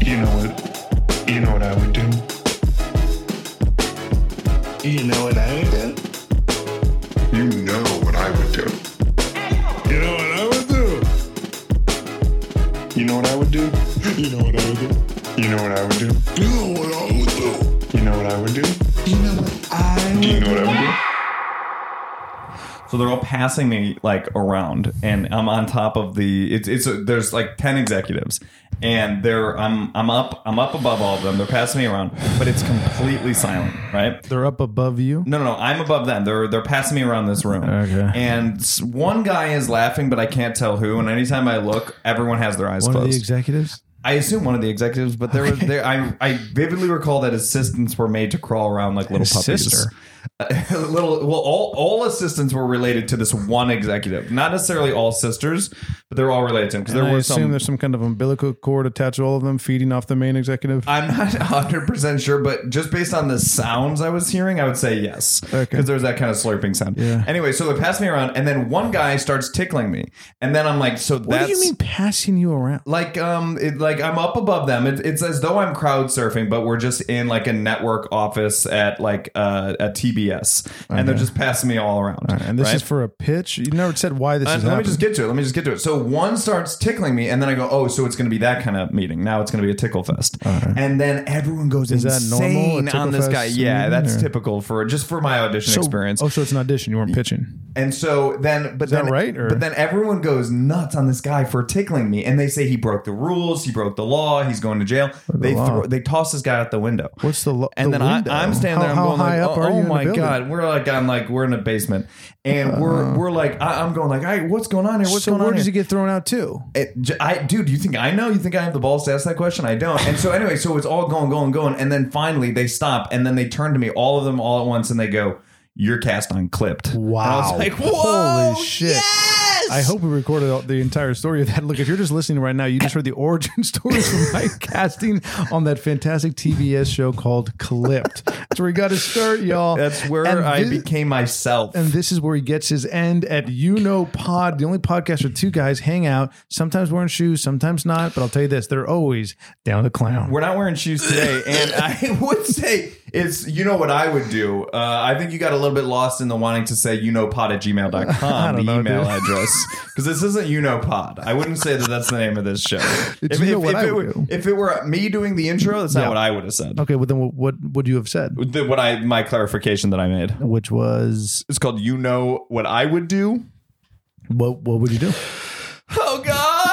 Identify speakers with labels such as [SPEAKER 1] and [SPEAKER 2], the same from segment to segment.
[SPEAKER 1] You know what? You know what I would do.
[SPEAKER 2] You know what I would do?
[SPEAKER 1] You know what I would do.
[SPEAKER 2] You know what I would do?
[SPEAKER 1] You know what I would do.
[SPEAKER 2] You know what I would
[SPEAKER 1] You know what I would do.
[SPEAKER 2] do? You know what
[SPEAKER 1] You know what
[SPEAKER 2] I would do?
[SPEAKER 1] I would do.
[SPEAKER 2] You know what I
[SPEAKER 1] You know what I would do.
[SPEAKER 3] So they're all passing me like around, and I'm on top of the. It's it's there's like ten executives, and they're I'm I'm up I'm up above all of them. They're passing me around, but it's completely silent, right?
[SPEAKER 4] They're up above you.
[SPEAKER 3] No, no, no. I'm above them. They're they're passing me around this room.
[SPEAKER 4] Okay.
[SPEAKER 3] And s- one guy is laughing, but I can't tell who. And anytime I look, everyone has their eyes
[SPEAKER 4] One of
[SPEAKER 3] closed.
[SPEAKER 4] the executives.
[SPEAKER 3] I assume one of the executives, but there was there. I I vividly recall that assistants were made to crawl around like little puppies.
[SPEAKER 4] Sister.
[SPEAKER 3] Uh, little well, all all assistants were related to this one executive. Not necessarily all sisters, but they were all related to him because there
[SPEAKER 4] I
[SPEAKER 3] were
[SPEAKER 4] assume
[SPEAKER 3] some.
[SPEAKER 4] there's some kind of umbilical cord attached to all of them, feeding off the main executive.
[SPEAKER 3] I'm not 100 percent sure, but just based on the sounds I was hearing, I would say yes because
[SPEAKER 4] Okay.
[SPEAKER 3] there's that kind of slurping sound.
[SPEAKER 4] Yeah.
[SPEAKER 3] Anyway, so they pass me around, and then one guy starts tickling me, and then I'm like, so
[SPEAKER 4] what
[SPEAKER 3] that's
[SPEAKER 4] do you mean passing you around?
[SPEAKER 3] like um it, like i'm up above them it, it's as though i'm crowd surfing but we're just in like a network office at like uh at tbs and they're just passing me all around
[SPEAKER 4] And this
[SPEAKER 3] right?
[SPEAKER 4] is for a pitch. You never said why this
[SPEAKER 3] Uh,
[SPEAKER 4] is
[SPEAKER 3] let me
[SPEAKER 4] happening.
[SPEAKER 3] just get to it. Let me just get to it. So one starts tickling me, and then I go, "Oh, so it's going to be that kind of meeting. Now it's going to be a tickle fest." And then everyone goes
[SPEAKER 4] Is that normal, a
[SPEAKER 3] insane
[SPEAKER 4] tickle
[SPEAKER 3] on this
[SPEAKER 4] fest
[SPEAKER 3] guy. Yeah,
[SPEAKER 4] meeting,
[SPEAKER 3] that's
[SPEAKER 4] or-
[SPEAKER 3] typical for just for my audition
[SPEAKER 4] So-
[SPEAKER 3] experience.
[SPEAKER 4] Oh, so it's an audition. You weren't pitching.
[SPEAKER 3] And so then, but
[SPEAKER 4] that
[SPEAKER 3] then,
[SPEAKER 4] right, or-
[SPEAKER 3] But then everyone goes nuts on this guy for tickling me, and they say he broke the rules, he broke the law, he's going to jail. They
[SPEAKER 4] law.
[SPEAKER 3] throw, they toss this guy out the window.
[SPEAKER 4] What's the lo-
[SPEAKER 3] and
[SPEAKER 4] the
[SPEAKER 3] then
[SPEAKER 4] window?
[SPEAKER 3] I, I'm standing there. I'm
[SPEAKER 4] How- how
[SPEAKER 3] going
[SPEAKER 4] high
[SPEAKER 3] like,
[SPEAKER 4] up
[SPEAKER 3] oh,
[SPEAKER 4] are you
[SPEAKER 3] oh
[SPEAKER 4] in the
[SPEAKER 3] my
[SPEAKER 4] building? Uh-huh.
[SPEAKER 3] god, we're like I'm like we're in a basement, and we're we're like I, I'm going like, all right, what's going on here? What's
[SPEAKER 4] so
[SPEAKER 3] going
[SPEAKER 4] where
[SPEAKER 3] on?
[SPEAKER 4] does
[SPEAKER 3] here?
[SPEAKER 4] he get thrown out to?
[SPEAKER 3] It, j- I, dude, you think I know? You think I have the balls to ask that question? I don't. And so anyway, so it's all going, going, going, and then finally they stop, and then they turn to me, all of them, all at once, and they go, "You're cast on Clipped."
[SPEAKER 4] Wow.
[SPEAKER 3] And I was like, "Whoa,
[SPEAKER 4] Holy shit.
[SPEAKER 3] yes!"
[SPEAKER 4] I hope we recorded all, the entire story of that. Look, if you're just listening right now, you just heard the origin story from Mike casting on that fantastic TBS show called Clipped. That's where he got his start, y'all.
[SPEAKER 3] That's where
[SPEAKER 4] And
[SPEAKER 3] I
[SPEAKER 4] thi-
[SPEAKER 3] became myself.
[SPEAKER 4] And this is where he gets his end at You Know Pod, the only podcast where two guys hang out, sometimes wearing shoes, sometimes not. But I'll tell you this, they're always down to clown.
[SPEAKER 3] We're not wearing shoes today, and I would say it's you know what I would do. Uh, I think you got a little bit lost in the wanting to say you know pod at
[SPEAKER 4] I
[SPEAKER 3] gmail.com,
[SPEAKER 4] don't
[SPEAKER 3] the
[SPEAKER 4] know,
[SPEAKER 3] email
[SPEAKER 4] dude.
[SPEAKER 3] address. Because this isn't you know pod. I wouldn't say that that's the name of this show.
[SPEAKER 4] It's you know what I
[SPEAKER 3] it
[SPEAKER 4] would
[SPEAKER 3] were,
[SPEAKER 4] do.
[SPEAKER 3] if it were me doing the intro, that's not what I would have said.
[SPEAKER 4] okay, well then what, what would you have said?
[SPEAKER 3] The- what I my clarification that I made.
[SPEAKER 4] Which was
[SPEAKER 3] It's called you know what I would do.
[SPEAKER 4] what what would you do?
[SPEAKER 3] Oh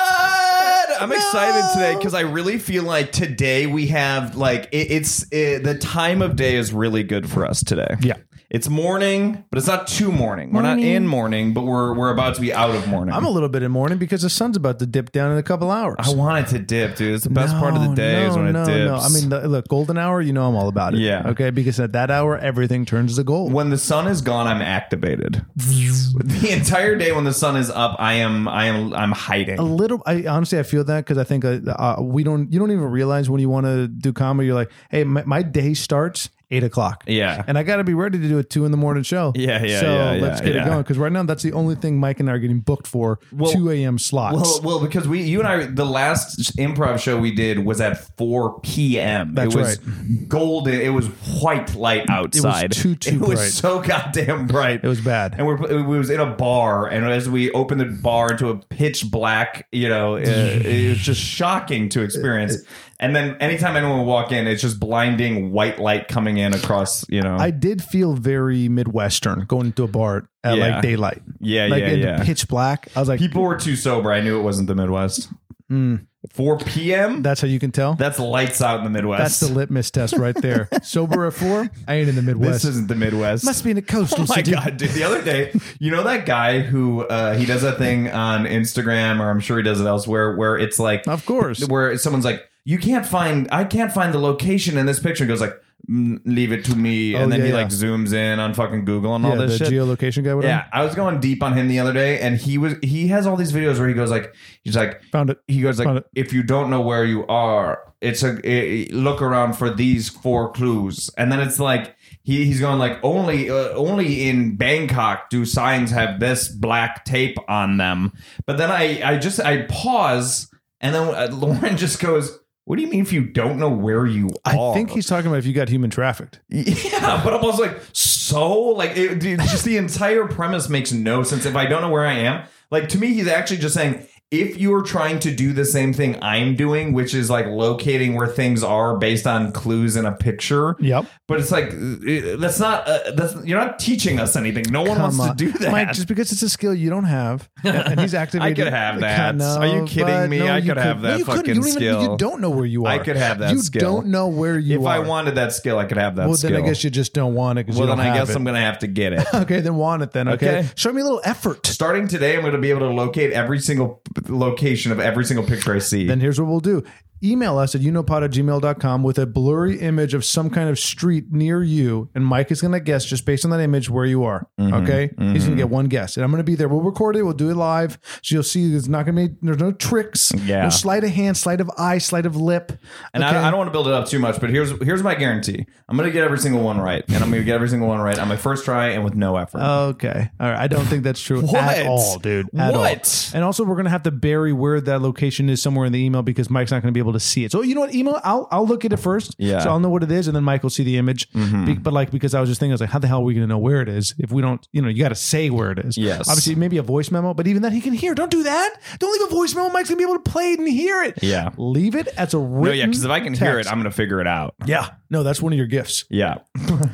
[SPEAKER 3] God! I'm excited today because I really feel like today we have like it, it's it, the time of day is really good for us today.
[SPEAKER 4] Yeah.
[SPEAKER 3] it's morning, but it's not too morning. We're not in morning, but we're we're about to be out of morning.
[SPEAKER 4] I'm a little bit in mourning because the sun's about to dip down in a couple hours.
[SPEAKER 3] I want it to dip, dude. It's the best part of the
[SPEAKER 4] No,
[SPEAKER 3] day is when it
[SPEAKER 4] no,
[SPEAKER 3] dips.
[SPEAKER 4] No. I mean, the, look, golden hour, you know I'm all about it.
[SPEAKER 3] Yeah.
[SPEAKER 4] Okay, because at that hour, everything turns to gold.
[SPEAKER 3] when the sun is gone, I'm activated. the entire day when the sun is up, I am I am I'm
[SPEAKER 4] a
[SPEAKER 3] hiding.
[SPEAKER 4] little i honestly i feel that because i think uh, uh, we don't you don't even realize when you want to do comedy you're like hey my, my day starts eight o'clock
[SPEAKER 3] Yeah.
[SPEAKER 4] and i gotta be ready to do a two in the morning show
[SPEAKER 3] Yeah, yeah,
[SPEAKER 4] so
[SPEAKER 3] yeah,
[SPEAKER 4] let's
[SPEAKER 3] yeah,
[SPEAKER 4] get
[SPEAKER 3] yeah.
[SPEAKER 4] it going because right now that's the only thing mike and i are getting booked for 2 a.m slots
[SPEAKER 3] Well, well, because we, you and I, the last improv show we did was at 4 p.m.
[SPEAKER 4] That's
[SPEAKER 3] it was golden. It was white light outside.
[SPEAKER 4] too, too
[SPEAKER 3] It was
[SPEAKER 4] bright.
[SPEAKER 3] so goddamn bright.
[SPEAKER 4] it was bad
[SPEAKER 3] And we're, it was in a bar, and as we opened the bar into a pitch black, you know, uh, it was just shocking to experience. And then anytime anyone would walk in, it's just blinding white light coming in across, you know.
[SPEAKER 4] I did feel very midwestern going into a bar at
[SPEAKER 3] Yeah.
[SPEAKER 4] like daylight,
[SPEAKER 3] yeah,
[SPEAKER 4] like
[SPEAKER 3] yeah,
[SPEAKER 4] in
[SPEAKER 3] yeah.
[SPEAKER 4] pitch black. I was like,
[SPEAKER 3] People were too sober. I knew it wasn't the Midwest.
[SPEAKER 4] Hmm.
[SPEAKER 3] 4 p.m.
[SPEAKER 4] "That's how you can tell."
[SPEAKER 3] That's lights out in the Midwest.
[SPEAKER 4] That's the litmus test right there. Sober at four, I ain't in the Midwest.
[SPEAKER 3] This isn't the Midwest.
[SPEAKER 4] Must be in a coastal
[SPEAKER 3] Oh my
[SPEAKER 4] city.
[SPEAKER 3] god, dude! The other day, you know that guy who uh, he does that thing on Instagram, or I'm sure he does it elsewhere, where it's like,
[SPEAKER 4] Of course.
[SPEAKER 3] where someone's like, "You can't find, I can't find the location in this picture." He goes like, "Mm, "Leave it to me,"
[SPEAKER 4] Oh,
[SPEAKER 3] and then
[SPEAKER 4] yeah,
[SPEAKER 3] he
[SPEAKER 4] yeah.
[SPEAKER 3] like zooms in on fucking Google and all
[SPEAKER 4] yeah,
[SPEAKER 3] this
[SPEAKER 4] the
[SPEAKER 3] shit.
[SPEAKER 4] geolocation guy. Whatever.
[SPEAKER 3] yeah, I was going deep on him the other day, and he was he has all these videos where he goes like, he's like,
[SPEAKER 4] Found it.
[SPEAKER 3] he goes
[SPEAKER 4] Found
[SPEAKER 3] like
[SPEAKER 4] it.
[SPEAKER 3] if you don't know where you are it's a eh, eh, look around for these four clues and then it's like he, he's going like only uh, only in bangkok do signs have this black tape on them but then i i just i pause and then uh, lauren just goes "Wait, What do you mean if you don't know where you
[SPEAKER 4] I
[SPEAKER 3] are?
[SPEAKER 4] think he's talking about if you got human trafficked.
[SPEAKER 3] Yeah, but I was like, so like, it, dude, just the entire premise makes no sense. If I don't know where I am, like to me, he's actually just saying if you are trying to do the same thing I'm doing, which is like locating where things are based on clues in a picture.
[SPEAKER 4] Yep.
[SPEAKER 3] But it's like uh, that's not uh, that's you're not teaching us anything. No one
[SPEAKER 4] Come
[SPEAKER 3] wants
[SPEAKER 4] on.
[SPEAKER 3] to do that.
[SPEAKER 4] Mike, just because it's a skill you don't have, and he's activated.
[SPEAKER 3] could have that.
[SPEAKER 4] Kind of,
[SPEAKER 3] Are you kidding
[SPEAKER 4] but
[SPEAKER 3] me? I
[SPEAKER 4] you
[SPEAKER 3] could have that
[SPEAKER 4] you couldn't.
[SPEAKER 3] fucking
[SPEAKER 4] you don't Even, you
[SPEAKER 3] skill.
[SPEAKER 4] don't know where you are.
[SPEAKER 3] I could have that
[SPEAKER 4] You
[SPEAKER 3] skill.
[SPEAKER 4] don't know where you
[SPEAKER 3] if
[SPEAKER 4] are.
[SPEAKER 3] I wanted that skill, I could have that
[SPEAKER 4] well,
[SPEAKER 3] skill.
[SPEAKER 4] then I guess you just don't want it. 'cause
[SPEAKER 3] well,
[SPEAKER 4] you don't
[SPEAKER 3] then I
[SPEAKER 4] have
[SPEAKER 3] guess
[SPEAKER 4] it.
[SPEAKER 3] I'm gonna have to get it.
[SPEAKER 4] Okay, then want it then. Okay,
[SPEAKER 3] Okay.
[SPEAKER 4] show me a little effort.
[SPEAKER 3] Starting today, I'm going to be able to locate every single p- location of every single picture I see.
[SPEAKER 4] Then here's what we'll do. Email us at youknowpod at gmail.com with a blurry image of some kind of street near you. And Mike is going to guess just based on that image where you are.
[SPEAKER 3] Mm-hmm.
[SPEAKER 4] Okay. He's going to get one guess. And I'm going to be there. We'll record it. We'll do it live. So you'll see there's not going to be, there's no tricks.
[SPEAKER 3] Yeah.
[SPEAKER 4] No sleight of hand, sleight of eye, sleight of lip.
[SPEAKER 3] and
[SPEAKER 4] Okay?
[SPEAKER 3] I, I don't want to build it up too much, but here's here's my guarantee: I'm going to get every single one right, and I'm going to get every single one right on my first try and with no effort.
[SPEAKER 4] Oh, Okay. All right. I don't think that's true
[SPEAKER 3] What?
[SPEAKER 4] at all, dude. At all.
[SPEAKER 3] What?
[SPEAKER 4] And also, we're gonna have to bury where that location is somewhere in the email because Mike's not gonna be able to see it. So you know what? Email. I'll I'll look at it first.
[SPEAKER 3] Yeah. Mm-hmm.
[SPEAKER 4] So I'll know what it is, and then Mike will see the image. Be- but like because I was just thinking, I was like, how the hell are we gonna know where it is if we don't? You know, you got to say where it is.
[SPEAKER 3] Yes.
[SPEAKER 4] Obviously, maybe a voice memo, but even that he can hear. Don't do that. Don't leave a voice memo. Mike's gonna be able to play it and hear it.
[SPEAKER 3] Yeah.
[SPEAKER 4] Leave it as a written.
[SPEAKER 3] no, yeah, because if I can hear it,
[SPEAKER 4] text.
[SPEAKER 3] I'm going to figure it out.
[SPEAKER 4] yeah. No, that's one of your gifts.
[SPEAKER 3] Yeah,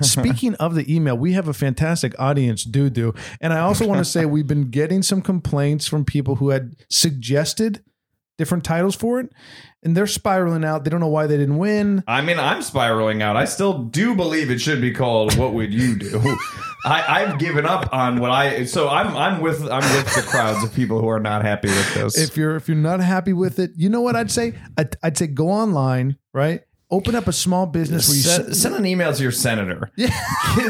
[SPEAKER 4] Speaking of the email, we have a fantastic audience, doo doo. And I also want to say we've been getting some complaints from people who had suggested different titles for it, and they're spiraling out. They don't know why they didn't win.
[SPEAKER 3] I mean, I'm spiraling out. I still do believe it should be called "What Would You Do." I, I've given up on what I. So I'm I'm with I'm with the crowds of people who are not happy with this.
[SPEAKER 4] If you're if you're not happy with it, you know what I'd say? I'd, I'd say go online, right? Open up a small business where you
[SPEAKER 3] Sen-
[SPEAKER 4] se-
[SPEAKER 3] send an email to your senator. Yeah.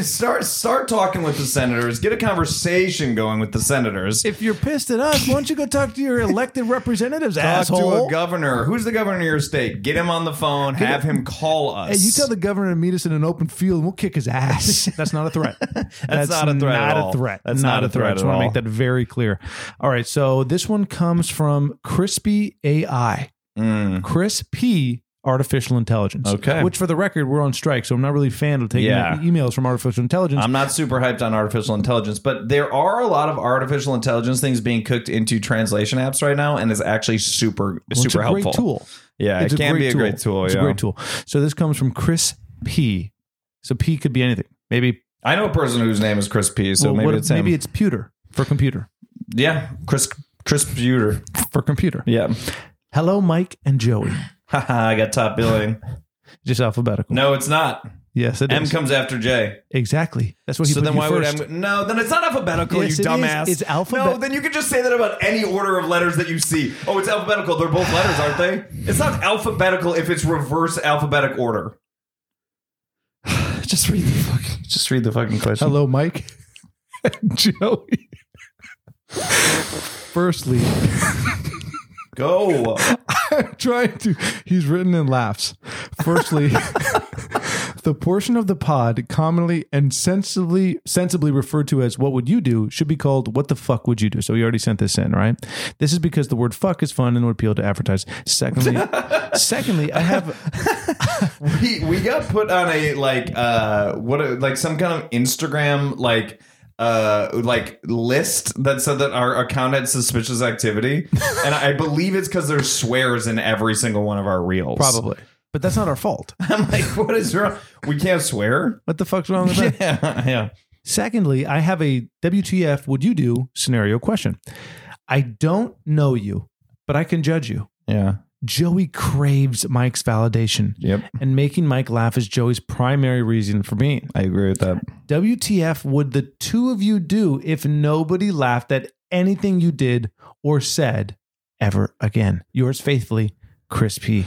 [SPEAKER 3] start start talking with the senators. Get a conversation going with the senators.
[SPEAKER 4] if you're pissed at us, why don't you go talk to your elected representatives,
[SPEAKER 3] Talk to
[SPEAKER 4] asshole?
[SPEAKER 3] a governor. Who's the governor of your state? Get him on the phone. have him call us.
[SPEAKER 4] Hey, you tell the governor to meet us in an open field and we'll kick his ass. That's not a threat. That's,
[SPEAKER 3] not a threat
[SPEAKER 4] Not
[SPEAKER 3] at
[SPEAKER 4] a
[SPEAKER 3] all.
[SPEAKER 4] threat.
[SPEAKER 3] That's not a threat
[SPEAKER 4] I just
[SPEAKER 3] at
[SPEAKER 4] want to
[SPEAKER 3] all.
[SPEAKER 4] make that very clear. All right. So this one comes from Crispy AI.
[SPEAKER 3] Mm.
[SPEAKER 4] Crispy artificial intelligence.
[SPEAKER 3] Okay.
[SPEAKER 4] Which for the record, we're on strike, so I'm not really a fan of taking e-,
[SPEAKER 3] Yeah.
[SPEAKER 4] emails from artificial intelligence.
[SPEAKER 3] I'm not super hyped on artificial intelligence, but there are a lot of artificial intelligence things being cooked into translation apps right now, and is actually super
[SPEAKER 4] Well,
[SPEAKER 3] super
[SPEAKER 4] it's a
[SPEAKER 3] helpful.
[SPEAKER 4] great tool.
[SPEAKER 3] Yeah,
[SPEAKER 4] It's
[SPEAKER 3] it can be a great tool.
[SPEAKER 4] It's
[SPEAKER 3] yeah.
[SPEAKER 4] a great tool. So this comes from Chris P. So P could be anything. Maybe
[SPEAKER 3] I know a person whose name is Chris P. So
[SPEAKER 4] well,
[SPEAKER 3] maybe
[SPEAKER 4] what-
[SPEAKER 3] it's
[SPEAKER 4] maybe
[SPEAKER 3] him.
[SPEAKER 4] it's pewter for computer.
[SPEAKER 3] yeah, Chris Chris Buter.
[SPEAKER 4] For computer.
[SPEAKER 3] Yeah,
[SPEAKER 4] Hello, Mike and Joey.
[SPEAKER 3] Haha, I got top billing.
[SPEAKER 4] Just alphabetical.
[SPEAKER 3] No, it's not.
[SPEAKER 4] Yes, it is
[SPEAKER 3] M comes after J.
[SPEAKER 4] exactly. That's what he
[SPEAKER 3] So
[SPEAKER 4] put
[SPEAKER 3] then
[SPEAKER 4] you
[SPEAKER 3] why
[SPEAKER 4] first.
[SPEAKER 3] would M? No, then it's not alphabetical,
[SPEAKER 4] Yes,
[SPEAKER 3] you
[SPEAKER 4] it is.
[SPEAKER 3] dumbass.
[SPEAKER 4] It's alphabet-
[SPEAKER 3] No, then you could just say that about any order of letters that you see. Oh, it's alphabetical. They're both letters, aren't they? It's not alphabetical if it's reverse alphabetic order. just read the fucking. Just read the fucking question.
[SPEAKER 4] Hello, Mike. Joey. Firstly,
[SPEAKER 3] Go.
[SPEAKER 4] I'm trying to. He's written in laughs. Firstly, the portion of the pod commonly and sensibly sensibly referred to as "What would you do?" should be called "What the fuck would you do?" So he already sent this in, right? This is because the word "fuck" is fun and would appeal to advertise. Secondly, secondly, I have
[SPEAKER 3] we we got put on a like uh what a, like some kind of Instagram like uh like list that said that our account had suspicious activity and I believe it's because there's swears in every single one of our reels.
[SPEAKER 4] probably, but that's not our fault.
[SPEAKER 3] I'm like, what is wrong? We can't swear.
[SPEAKER 4] What the fuck's wrong with that?
[SPEAKER 3] yeah.
[SPEAKER 4] Secondly, I have a WTF would you do scenario question. I don't know you, but I can judge you.
[SPEAKER 3] Yeah.
[SPEAKER 4] Joey craves Mike's validation,
[SPEAKER 3] Yep.
[SPEAKER 4] and making Mike laugh is Joey's primary reason for being.
[SPEAKER 3] I agree with that.
[SPEAKER 4] WTF would the two of you do if nobody laughed at anything you did or said ever again? Yours faithfully, Chris P.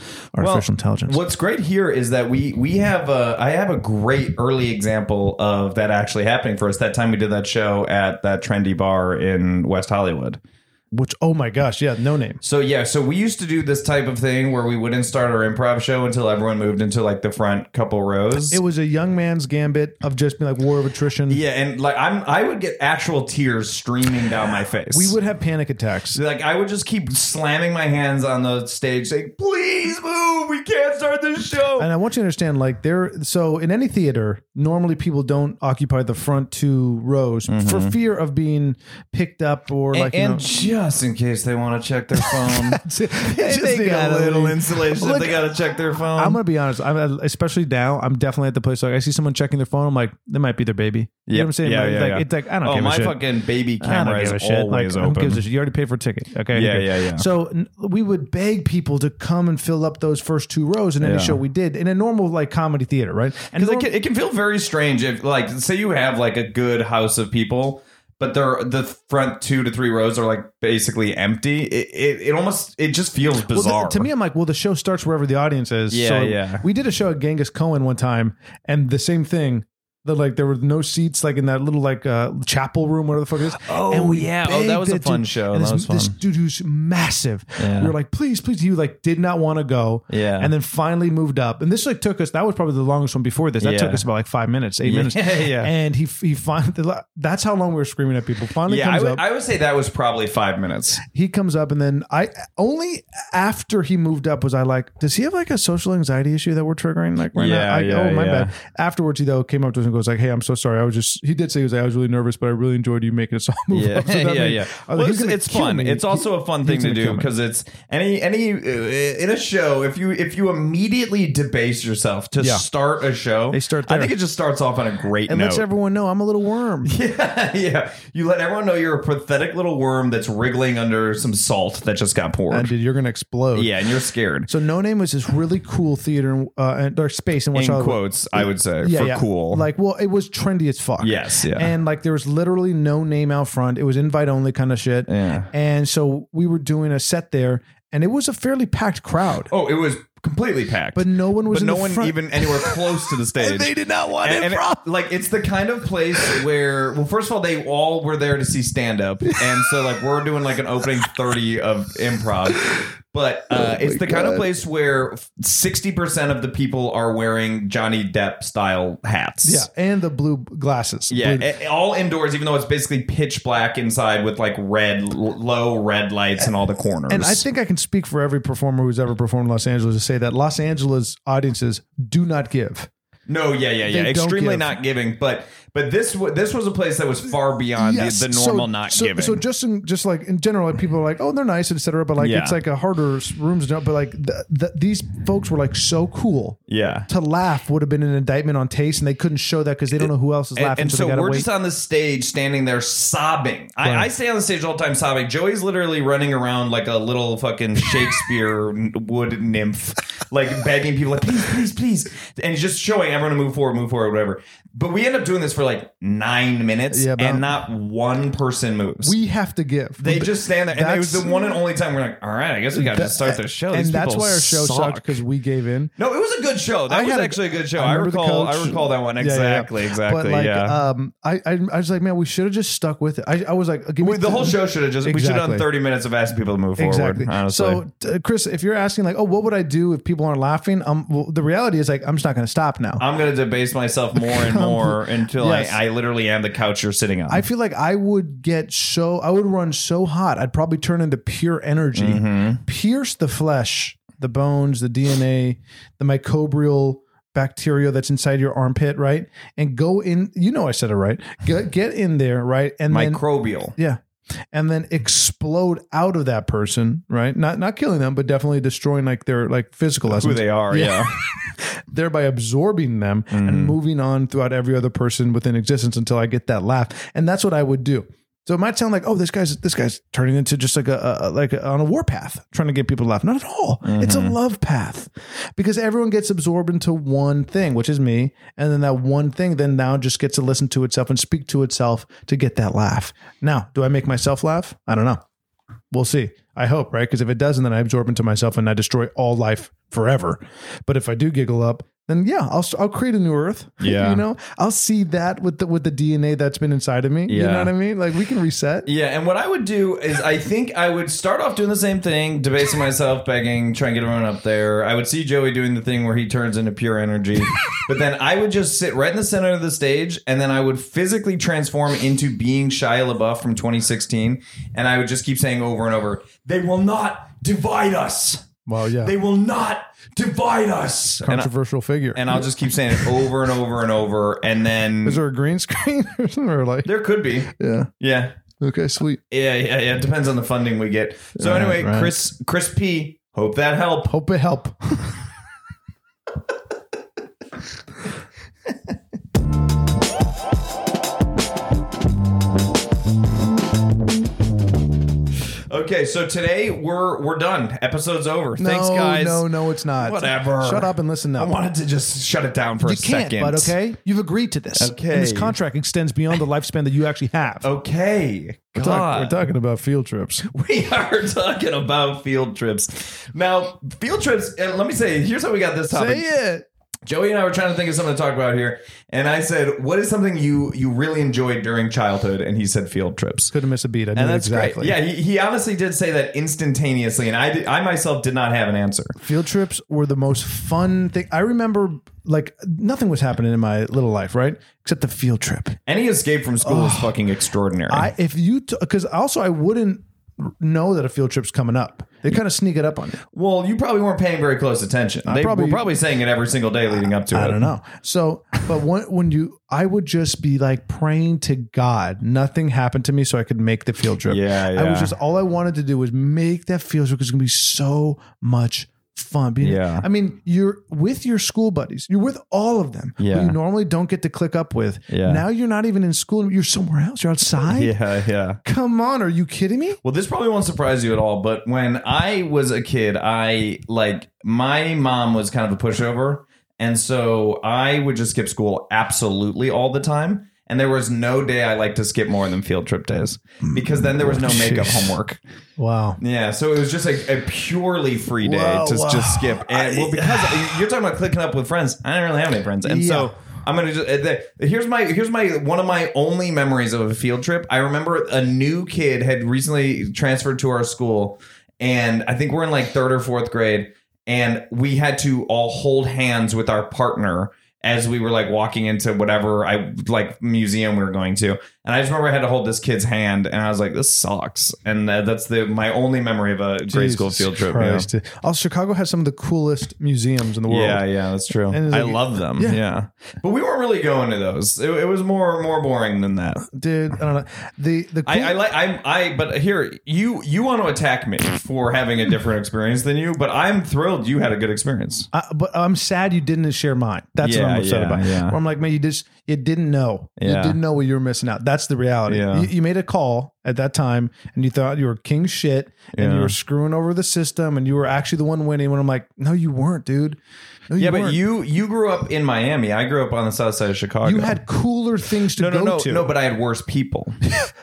[SPEAKER 3] Well,
[SPEAKER 4] Artificial Intelligence.
[SPEAKER 3] What's great here is that we we have a I have a great early example of that actually happening for us. That time we did that show at that trendy bar in West Hollywood.
[SPEAKER 4] Which, oh my gosh, yeah, no names.
[SPEAKER 3] So yeah, so we used to do this type of thing where we wouldn't start our improv show until everyone moved into like the front couple rows.
[SPEAKER 4] It was a young man's gambit of just being like war of attrition.
[SPEAKER 3] yeah, and like I'm I would get actual tears streaming down my face.
[SPEAKER 4] We would have panic attacks.
[SPEAKER 3] like I would just keep slamming my hands on the stage saying, "Please move. We we can't start this show.
[SPEAKER 4] And I want you to understand, like there. So in any theater, normally people don't occupy the front two rows for fear of being picked up or like. you
[SPEAKER 3] Mm-hmm. and
[SPEAKER 4] know,
[SPEAKER 3] just in case they want to check their phone,
[SPEAKER 4] They
[SPEAKER 3] just need
[SPEAKER 4] gotta
[SPEAKER 3] a little
[SPEAKER 4] leave.
[SPEAKER 3] insulation. if
[SPEAKER 4] Look,
[SPEAKER 3] they got to check their phone.
[SPEAKER 4] I'm gonna be honest. I'm especially now. I'm definitely at the place like I see someone checking their phone. I'm like, that might be their baby. You know
[SPEAKER 3] Yep.
[SPEAKER 4] what I'm saying?
[SPEAKER 3] Yeah,
[SPEAKER 4] Like,
[SPEAKER 3] yeah,
[SPEAKER 4] like,
[SPEAKER 3] yeah.
[SPEAKER 4] It's like I don't
[SPEAKER 3] oh,
[SPEAKER 4] give
[SPEAKER 3] my
[SPEAKER 4] a shit.
[SPEAKER 3] fucking baby
[SPEAKER 4] I
[SPEAKER 3] camera
[SPEAKER 4] don't
[SPEAKER 3] is
[SPEAKER 4] give a
[SPEAKER 3] always
[SPEAKER 4] shit. Like, who
[SPEAKER 3] open.
[SPEAKER 4] gives a shit? You already paid for a ticket. Okay.
[SPEAKER 3] Yeah,
[SPEAKER 4] Okay.
[SPEAKER 3] yeah, yeah.
[SPEAKER 4] So n- we would beg people to come and fill up those first two rows in any
[SPEAKER 3] Yeah.
[SPEAKER 4] show we did in a normal like comedy theater, right? And
[SPEAKER 3] Because it
[SPEAKER 4] norm-
[SPEAKER 3] can, it can feel very strange if, like, say you have like a good house of people, but they're the front two to three rows are like basically empty. It it, it almost it just feels
[SPEAKER 4] Well, th-
[SPEAKER 3] bizarre
[SPEAKER 4] to me, I'm like, well, the show starts wherever the audience is.
[SPEAKER 3] Yeah,
[SPEAKER 4] so
[SPEAKER 3] yeah.
[SPEAKER 4] We did a show at Genghis Cohen one time, and the same thing. That like there were no seats like in that little like uh, chapel room, whatever the fuck it is.
[SPEAKER 3] Oh,
[SPEAKER 4] And we
[SPEAKER 3] yeah. Oh, that
[SPEAKER 4] begged
[SPEAKER 3] was a
[SPEAKER 4] that
[SPEAKER 3] fun
[SPEAKER 4] dude-
[SPEAKER 3] show.
[SPEAKER 4] and
[SPEAKER 3] That
[SPEAKER 4] this,
[SPEAKER 3] was
[SPEAKER 4] this
[SPEAKER 3] fun.
[SPEAKER 4] dude who's massive.
[SPEAKER 3] Yeah.
[SPEAKER 4] We were like, please, please. You like did not want to go.
[SPEAKER 3] Yeah.
[SPEAKER 4] And then finally moved up, and this like took us. That was probably the longest one before this. That
[SPEAKER 3] Yeah.
[SPEAKER 4] took us about like five minutes, eight
[SPEAKER 3] Yeah,
[SPEAKER 4] minutes.
[SPEAKER 3] yeah.
[SPEAKER 4] And he he finally that's how long we were screaming at people. Finally
[SPEAKER 3] yeah, I
[SPEAKER 4] comes
[SPEAKER 3] would,
[SPEAKER 4] up
[SPEAKER 3] I would say that was probably five minutes.
[SPEAKER 4] he comes up and then I only after he moved up was I like, does he have like a social anxiety issue that we're triggering? Like right
[SPEAKER 3] Yeah,
[SPEAKER 4] now, I,
[SPEAKER 3] yeah,
[SPEAKER 4] oh my
[SPEAKER 3] yeah.
[SPEAKER 4] bad. Afterwards, he though came up to us and goes like, hey, I'm so sorry. I was just he did say he was like, I was really nervous, but I really enjoyed you making us all move
[SPEAKER 3] Yeah,
[SPEAKER 4] up. So that
[SPEAKER 3] yeah,
[SPEAKER 4] made-
[SPEAKER 3] yeah.
[SPEAKER 4] I was like,
[SPEAKER 3] Well,
[SPEAKER 4] he's
[SPEAKER 3] it's
[SPEAKER 4] gonna
[SPEAKER 3] it's
[SPEAKER 4] kill
[SPEAKER 3] fun.
[SPEAKER 4] me.
[SPEAKER 3] It's
[SPEAKER 4] He-
[SPEAKER 3] also a fun thing to
[SPEAKER 4] gonna kill
[SPEAKER 3] do
[SPEAKER 4] me.
[SPEAKER 3] because it's any any uh, in a show if you if you immediately debase yourself to
[SPEAKER 4] Yeah.
[SPEAKER 3] start a show,
[SPEAKER 4] They start
[SPEAKER 3] I
[SPEAKER 4] there.
[SPEAKER 3] think it just starts off on a great
[SPEAKER 4] and
[SPEAKER 3] note.
[SPEAKER 4] lets everyone know I'm a little worm.
[SPEAKER 3] Yeah, yeah. You let everyone know you're a pathetic little worm that's wriggling under some salt that just got poured.
[SPEAKER 4] and dude, you're gonna explode.
[SPEAKER 3] yeah, and you're scared.
[SPEAKER 4] So No Name was this really cool theater uh, and or space in West
[SPEAKER 3] In
[SPEAKER 4] Hollywood.
[SPEAKER 3] quotes, I would say
[SPEAKER 4] yeah,
[SPEAKER 3] for
[SPEAKER 4] yeah.
[SPEAKER 3] cool.
[SPEAKER 4] Like, well, it was trendy as fuck.
[SPEAKER 3] Yes, yeah.
[SPEAKER 4] And like, there was literally no name out front. It was invite only kind of shit.
[SPEAKER 3] Yeah.
[SPEAKER 4] And so we were doing a set there, and it was a fairly packed crowd.
[SPEAKER 3] oh, it was completely packed.
[SPEAKER 4] But no one was
[SPEAKER 3] But
[SPEAKER 4] in
[SPEAKER 3] no
[SPEAKER 4] the
[SPEAKER 3] one
[SPEAKER 4] front.
[SPEAKER 3] even anywhere close to the stage.
[SPEAKER 4] did not want
[SPEAKER 3] And- and it- like it's the kind of place where well first of all they all were there to see stand up and so like we're doing like an opening 30 of improv but uh,
[SPEAKER 4] Oh
[SPEAKER 3] it's the kind of place where 60% of the people are wearing Johnny Depp style hats.
[SPEAKER 4] yeah, and the blue glasses.
[SPEAKER 3] Yeah,
[SPEAKER 4] Blue-
[SPEAKER 3] a- all indoors, even though it's basically pitch black inside with like red, l- low red lights in all the corners.
[SPEAKER 4] And I think I can speak for every performer who's ever performed in Los Angeles to say that Los Angeles audiences do not give.
[SPEAKER 3] no, yeah, yeah, yeah,
[SPEAKER 4] They don't
[SPEAKER 3] extremely
[SPEAKER 4] give.
[SPEAKER 3] not giving. But but this wa- this was a place that was far beyond Uh, the, the normal
[SPEAKER 4] so,
[SPEAKER 3] not
[SPEAKER 4] so,
[SPEAKER 3] giving.
[SPEAKER 4] So just in just like in general, like people are like, oh, they're nice, et cetera. But like
[SPEAKER 3] Yeah.
[SPEAKER 4] it's like a harder s- rooms to know. But like th- th- these folks were like so cool.
[SPEAKER 3] yeah,
[SPEAKER 4] To laugh would have been an indictment on taste, and they couldn't show that because they don't know who else is
[SPEAKER 3] And,
[SPEAKER 4] laughing.
[SPEAKER 3] and so
[SPEAKER 4] they gotta
[SPEAKER 3] we're
[SPEAKER 4] wait.
[SPEAKER 3] just on the stage, standing there sobbing.
[SPEAKER 4] Right.
[SPEAKER 3] I, I stay on the stage all the time sobbing. Joey's literally running around like a little fucking Shakespeare n- wood nymph, like begging people, like please, please, please, and just showing everyone to move forward, move forward, whatever. But we end up doing this for like nine minutes,
[SPEAKER 4] Yeah, about-
[SPEAKER 3] and not one person moves.
[SPEAKER 4] we have to give.
[SPEAKER 3] they just stand there, and it was
[SPEAKER 4] That's-
[SPEAKER 3] the one and only time we're like, all right, I guess we got to start the show.
[SPEAKER 4] and
[SPEAKER 3] These
[SPEAKER 4] that's
[SPEAKER 3] people
[SPEAKER 4] why our show
[SPEAKER 3] suck.
[SPEAKER 4] sucked because we gave in.
[SPEAKER 3] No, it was a good show. That
[SPEAKER 4] I
[SPEAKER 3] was
[SPEAKER 4] had a-
[SPEAKER 3] actually a good show.
[SPEAKER 4] I
[SPEAKER 3] I,
[SPEAKER 4] remember the
[SPEAKER 3] recall.
[SPEAKER 4] coach.
[SPEAKER 3] I recall that one
[SPEAKER 4] Yeah, yeah, yeah.
[SPEAKER 3] exactly. Exactly.
[SPEAKER 4] but like,
[SPEAKER 3] yeah.
[SPEAKER 4] um, I, I, I was like, man, we should have just stuck with it. I, I was like, give me
[SPEAKER 3] We, the whole show should have just we should have
[SPEAKER 4] Exactly.
[SPEAKER 3] done 30 minutes of asking people to move forward
[SPEAKER 4] Exactly.
[SPEAKER 3] honestly
[SPEAKER 4] So, uh, Chris, if you're asking like, oh, what would I do if people aren't laughing? Um, well, the reality is like, I'm just not going to stop now.
[SPEAKER 3] i'm gonna debase myself more and more until
[SPEAKER 4] Um, Yes.
[SPEAKER 3] I, I literally am the couch you're sitting on
[SPEAKER 4] I feel like I would get so I would run so hot. I'd probably turn into pure energy,
[SPEAKER 3] Mm-hmm.
[SPEAKER 4] pierce the flesh, the bones, the DNA, the microbial bacteria that's inside your armpit, right? And go in. You know, I said it right. Get, get in there, right? And then
[SPEAKER 3] microbial
[SPEAKER 4] yeah, and then explode out of that person, right? Not not killing them, but definitely destroying like their like physical
[SPEAKER 3] who
[SPEAKER 4] essence,
[SPEAKER 3] they are yeah,
[SPEAKER 4] thereby absorbing them and moving on throughout every other person within existence until I get that laugh, and that's what I would do. So it might sound like, oh, this guy's this guy's turning into just like a, a like a, on a war path, trying to get people to laugh. Not at all. It's a love path, because everyone gets absorbed into one thing, which is me, and then that one thing then now just gets to listen to itself and speak to itself to get that laugh. Now, do I make myself laugh? I don't know. We'll see. I hope, right? Because if it doesn't, then I absorb into myself and I destroy all life forever. But if I do giggle up, then yeah, I'll I'll create a new Earth.
[SPEAKER 3] Yeah.
[SPEAKER 4] you know, I'll see that with the with the DNA that's been inside of me. You
[SPEAKER 3] Yeah.
[SPEAKER 4] know what I mean? Like we can reset.
[SPEAKER 3] yeah and what i would do is i think i would start off doing the same thing debasing myself begging trying to get everyone up there i would see joey doing the thing where he turns into pure energy but then i would just sit right in the center of the stage and then i would physically transform into being shia labeouf from 2016 and i would just keep saying over and over they will not divide us
[SPEAKER 4] Well, yeah.
[SPEAKER 3] They will not divide us. And, I,
[SPEAKER 4] Controversial figure.
[SPEAKER 3] and I'll just keep saying it over and over and over. And then
[SPEAKER 4] Is there a green screen or something? Or like,
[SPEAKER 3] there could be.
[SPEAKER 4] yeah.
[SPEAKER 3] Yeah.
[SPEAKER 4] Okay, sweet.
[SPEAKER 3] Yeah, yeah, yeah. It depends on the funding we get. So
[SPEAKER 4] Right,
[SPEAKER 3] anyway,
[SPEAKER 4] right.
[SPEAKER 3] Chris Chris P. Hope that helped.
[SPEAKER 4] Hope it help.
[SPEAKER 3] Okay, so today we're we're done. Episode's over. Thanks,
[SPEAKER 4] no,
[SPEAKER 3] guys.
[SPEAKER 4] No, no, it's not.
[SPEAKER 3] Whatever.
[SPEAKER 4] Shut up and listen
[SPEAKER 3] I
[SPEAKER 4] up.
[SPEAKER 3] wanted to just shut it down for
[SPEAKER 4] you
[SPEAKER 3] a
[SPEAKER 4] can't,
[SPEAKER 3] second.
[SPEAKER 4] but okay, you've agreed to this.
[SPEAKER 3] Okay.
[SPEAKER 4] and this contract extends beyond the lifespan that you actually have.
[SPEAKER 3] Okay.
[SPEAKER 4] We're, talk- we're
[SPEAKER 3] God.
[SPEAKER 4] talking about field trips.
[SPEAKER 3] We are talking about field trips. Now, field trips, and let me say, here's how we got this topic.
[SPEAKER 4] it.
[SPEAKER 3] Joey and I were trying to think of something to talk about here, and I said, "What is something you you really enjoyed during childhood?" And he said, "Field trips."
[SPEAKER 4] Couldn't miss a beat. I knew
[SPEAKER 3] And that's
[SPEAKER 4] exactly.
[SPEAKER 3] great. Yeah, he, he honestly did say that instantaneously, and I did, I myself did not have an answer.
[SPEAKER 4] Field trips were the most fun thing. I remember like nothing was happening in my little life, right? Except the field trip.
[SPEAKER 3] Any escape from school is fucking extraordinary.
[SPEAKER 4] I if you because also I wouldn't know that a field trip's coming up. They kind of sneak it up on you.
[SPEAKER 3] well, you probably weren't paying very close attention. They
[SPEAKER 4] probably-
[SPEAKER 3] were probably saying it every single day leading up to it.
[SPEAKER 4] I don't know. So, but when, when you, I would just be like praying to God, nothing happened to me, so I could make the field trip.
[SPEAKER 3] Yeah,
[SPEAKER 4] I was
[SPEAKER 3] yeah.
[SPEAKER 4] just all I wanted to do was make that field trip because it's gonna be so much fun. Being-
[SPEAKER 3] Yeah.
[SPEAKER 4] I mean, you're with your school buddies, you're with all of them. who
[SPEAKER 3] Yeah.
[SPEAKER 4] you normally don't get to click up with.
[SPEAKER 3] Yeah.
[SPEAKER 4] now you're not even in school; you're somewhere else. You're outside.
[SPEAKER 3] Yeah, yeah.
[SPEAKER 4] Come on, are you kidding me?
[SPEAKER 3] Well, this probably won't surprise you at all, but when I was a kid, I like my mom was kind of a pushover, and so I would just skip school absolutely all the time. And there was no day I liked to skip more than field trip days because then there was no makeup
[SPEAKER 4] Jeez.
[SPEAKER 3] homework.
[SPEAKER 4] Wow.
[SPEAKER 3] Yeah, so it was just like a purely free day
[SPEAKER 4] Wow,
[SPEAKER 3] to
[SPEAKER 4] wow.
[SPEAKER 3] just skip. And well, because you're talking about clicking up with friends, I didn't really have any friends, and
[SPEAKER 4] Yeah.
[SPEAKER 3] so I'm gonna just uh, the- here's my here's my one of my only memories of a field trip. I remember a new kid had recently transferred to our school, and I think we're in like third or fourth grade, and we had to all hold hands with our partner as we were like walking into whatever I like museum we were going to. And I just remember I had to hold this kid's hand, and I was like, "This sucks." And uh, that's the my only memory of a grade school
[SPEAKER 4] Jesus
[SPEAKER 3] field trip. you know?
[SPEAKER 4] Christ. Also, Chicago has some of the coolest museums in the world.
[SPEAKER 3] Yeah, yeah, that's true.
[SPEAKER 4] And it's
[SPEAKER 3] I
[SPEAKER 4] like-
[SPEAKER 3] love them.
[SPEAKER 4] Yeah.
[SPEAKER 3] Yeah. but we weren't really going to those. It, it was more more boring than that.
[SPEAKER 4] dude. I don't know. The the cool-
[SPEAKER 3] I, I like I'm I but here you you want to attack me for having a different experience than you, but I'm thrilled you had a good experience.
[SPEAKER 4] I, but I'm sad you didn't share mine. That's what
[SPEAKER 3] Yeah,
[SPEAKER 4] I'm upset
[SPEAKER 3] yeah,
[SPEAKER 4] about.
[SPEAKER 3] yeah.
[SPEAKER 4] Where I'm like, man, you just you didn't know. You
[SPEAKER 3] Yeah.
[SPEAKER 4] didn't know what you were missing out. That's the reality.
[SPEAKER 3] Yeah.
[SPEAKER 4] You, you made a call at that time, and you thought you were king shit, and you
[SPEAKER 3] Yeah.
[SPEAKER 4] were screwing over the system, and you were actually the one winning. When I'm like, no, you weren't, dude. No, you
[SPEAKER 3] Yeah, but
[SPEAKER 4] weren't.
[SPEAKER 3] you you grew up in Miami. I grew up on the south side of Chicago.
[SPEAKER 4] you had cooler things to
[SPEAKER 3] no no
[SPEAKER 4] go
[SPEAKER 3] no
[SPEAKER 4] to.
[SPEAKER 3] no, but I had worse people.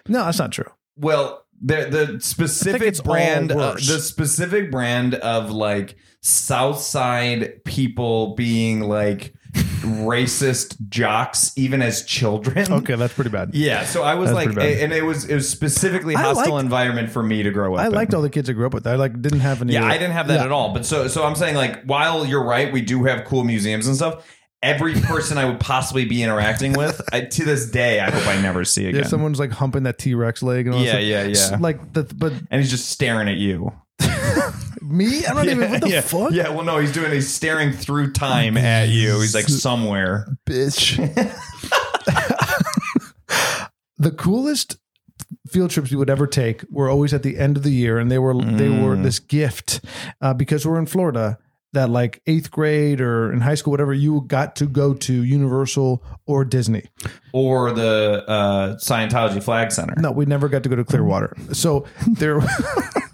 [SPEAKER 4] no, that's not true.
[SPEAKER 3] Well, the the specific
[SPEAKER 4] it's all
[SPEAKER 3] brand, uh,
[SPEAKER 4] worse.
[SPEAKER 3] the specific brand of like South Side people being like racist jocks, even as children.
[SPEAKER 4] Okay, that's pretty bad.
[SPEAKER 3] Yeah, so I was
[SPEAKER 4] That's
[SPEAKER 3] like,
[SPEAKER 4] pretty bad.
[SPEAKER 3] and it was it was specifically
[SPEAKER 4] I
[SPEAKER 3] hostile
[SPEAKER 4] liked-
[SPEAKER 3] environment for me to grow up.
[SPEAKER 4] I
[SPEAKER 3] in.
[SPEAKER 4] liked all the kids I grew up with. I like didn't have any.
[SPEAKER 3] Yeah, I didn't have that
[SPEAKER 4] Yeah.
[SPEAKER 3] at all. But so so I'm saying like while you're right, we do have cool museums and stuff. Every person I would possibly be interacting with, I, to this day, I hope I never see
[SPEAKER 4] Yeah,
[SPEAKER 3] again.
[SPEAKER 4] someone's like humping that T Rex leg and all
[SPEAKER 3] Yeah,
[SPEAKER 4] that
[SPEAKER 3] yeah,
[SPEAKER 4] stuff.
[SPEAKER 3] yeah.
[SPEAKER 4] Like the but
[SPEAKER 3] and he's just staring at you.
[SPEAKER 4] me, I don't even what the
[SPEAKER 3] yeah,
[SPEAKER 4] fuck?
[SPEAKER 3] Yeah, well, no, he's doing. He's staring through time at you. He's like somewhere.
[SPEAKER 4] bitch. the coolest field trips you would ever take were always at the end of the year, and they were they were this gift uh, because we're in Florida. That like eighth grade or in high school, whatever, you got to go to Universal or Disney.
[SPEAKER 3] Or the uh, Scientology Flag Center.
[SPEAKER 4] No, we never got to go to Clearwater. So there,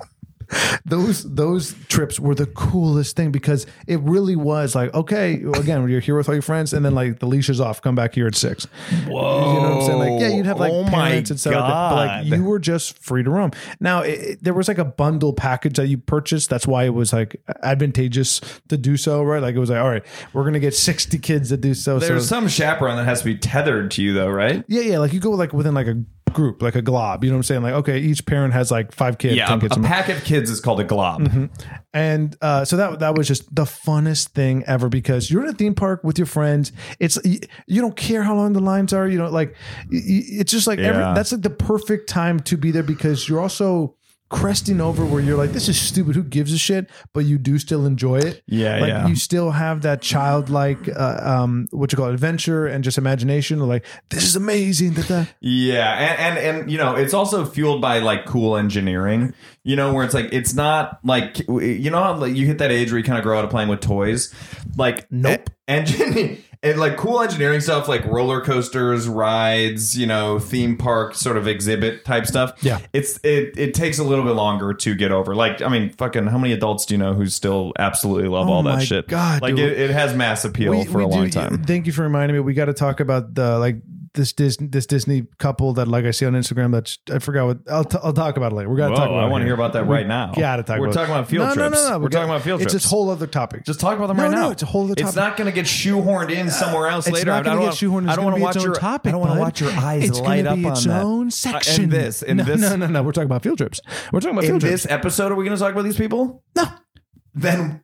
[SPEAKER 4] those those trips were the coolest thing because it really was like okay, again, you're here with all your friends, and then like the leash is off. Come back here at six.
[SPEAKER 3] Whoa.
[SPEAKER 4] You know what I'm saying? Like, yeah, you'd have like
[SPEAKER 3] oh
[SPEAKER 4] parents
[SPEAKER 3] my
[SPEAKER 4] and stuff, like that, but like
[SPEAKER 3] God.
[SPEAKER 4] you were just free to roam. Now it, it- there was like a bundle package that you purchased. That's why it was like advantageous to do so, right? Like it was like, all right, we're gonna get sixty kids to do so.
[SPEAKER 3] There's
[SPEAKER 4] so
[SPEAKER 3] some chaperone that has to be tethered to you, though, right?
[SPEAKER 4] yeah, yeah, like you go like within like a group, like a glob. You know what I'm saying? Like okay, each parent has like five kids,
[SPEAKER 3] Yeah,
[SPEAKER 4] ten
[SPEAKER 3] a,
[SPEAKER 4] kids,
[SPEAKER 3] a pack of kids is called a glob.
[SPEAKER 4] and uh, so that that was just the funnest thing ever because you're in a theme park with your friends. It's you, you don't care how long the lines are. You know, like y- y- it's just like every,
[SPEAKER 3] Yeah.
[SPEAKER 4] that's like the perfect time to be there because you're also cresting over where you're like, this is stupid. Who gives a shit? But you do still enjoy it.
[SPEAKER 3] Yeah,
[SPEAKER 4] like
[SPEAKER 3] yeah.
[SPEAKER 4] you still have that childlike, uh, um, what you call it, adventure and just imagination. Like this is amazing. That that
[SPEAKER 3] Yeah, and, and and you know, it's also fueled by like cool engineering. You know, where it's like it's not like you know how like, you hit that age where you kind of grow out of playing with toys. Like
[SPEAKER 4] Nope.
[SPEAKER 3] engine and like cool engineering stuff like roller coasters, rides, you know, theme park sort of exhibit type stuff.
[SPEAKER 4] Yeah.
[SPEAKER 3] it's it it takes a little bit longer to get over. Like I mean, fucking how many adults do you know who still absolutely love
[SPEAKER 4] Oh
[SPEAKER 3] all that
[SPEAKER 4] my
[SPEAKER 3] shit?
[SPEAKER 4] God,
[SPEAKER 3] like
[SPEAKER 4] dude.
[SPEAKER 3] it, it has mass appeal for a long
[SPEAKER 4] do- e-,
[SPEAKER 3] time.
[SPEAKER 4] Thank you for reminding me. We got to talk about the like this Disney this Disney couple that like I see on Instagram. That's I forgot what I'll, t- I'll talk about it later. We're gonna
[SPEAKER 3] Whoa,
[SPEAKER 4] talk. About
[SPEAKER 3] I
[SPEAKER 4] it
[SPEAKER 3] want to
[SPEAKER 4] here.
[SPEAKER 3] hear about that right now.
[SPEAKER 4] gotta talk
[SPEAKER 3] We're
[SPEAKER 4] about it.
[SPEAKER 3] talking about field
[SPEAKER 4] no,
[SPEAKER 3] trips.
[SPEAKER 4] No, no, no.
[SPEAKER 3] We're, talking about field
[SPEAKER 4] it's
[SPEAKER 3] trips.
[SPEAKER 4] It's a whole other topic.
[SPEAKER 3] Just talk about them
[SPEAKER 4] No,
[SPEAKER 3] right
[SPEAKER 4] no,
[SPEAKER 3] now.
[SPEAKER 4] it's a whole other
[SPEAKER 3] It's
[SPEAKER 4] topic. Uh,
[SPEAKER 3] not going to get shoehorned in somewhere else
[SPEAKER 4] it's
[SPEAKER 3] later.
[SPEAKER 4] not
[SPEAKER 3] I
[SPEAKER 4] going
[SPEAKER 3] don't
[SPEAKER 4] to
[SPEAKER 3] wanna-
[SPEAKER 4] get shoehorned. It's
[SPEAKER 3] I don't
[SPEAKER 4] gonna
[SPEAKER 3] want to
[SPEAKER 4] be
[SPEAKER 3] watch
[SPEAKER 4] its own
[SPEAKER 3] your.
[SPEAKER 4] topic.
[SPEAKER 3] I don't want
[SPEAKER 4] bud.
[SPEAKER 3] to watch your eyes
[SPEAKER 4] it's
[SPEAKER 3] light
[SPEAKER 4] gonna
[SPEAKER 3] up
[SPEAKER 4] be
[SPEAKER 3] on
[SPEAKER 4] its
[SPEAKER 3] that.
[SPEAKER 4] own
[SPEAKER 3] Uh,
[SPEAKER 4] section.
[SPEAKER 3] In this, in
[SPEAKER 4] no,
[SPEAKER 3] this,
[SPEAKER 4] no, no, no. We're talking about field trips. We're talking about
[SPEAKER 3] in
[SPEAKER 4] field
[SPEAKER 3] this
[SPEAKER 4] trips.
[SPEAKER 3] episode, are we going to talk about these people? No. Then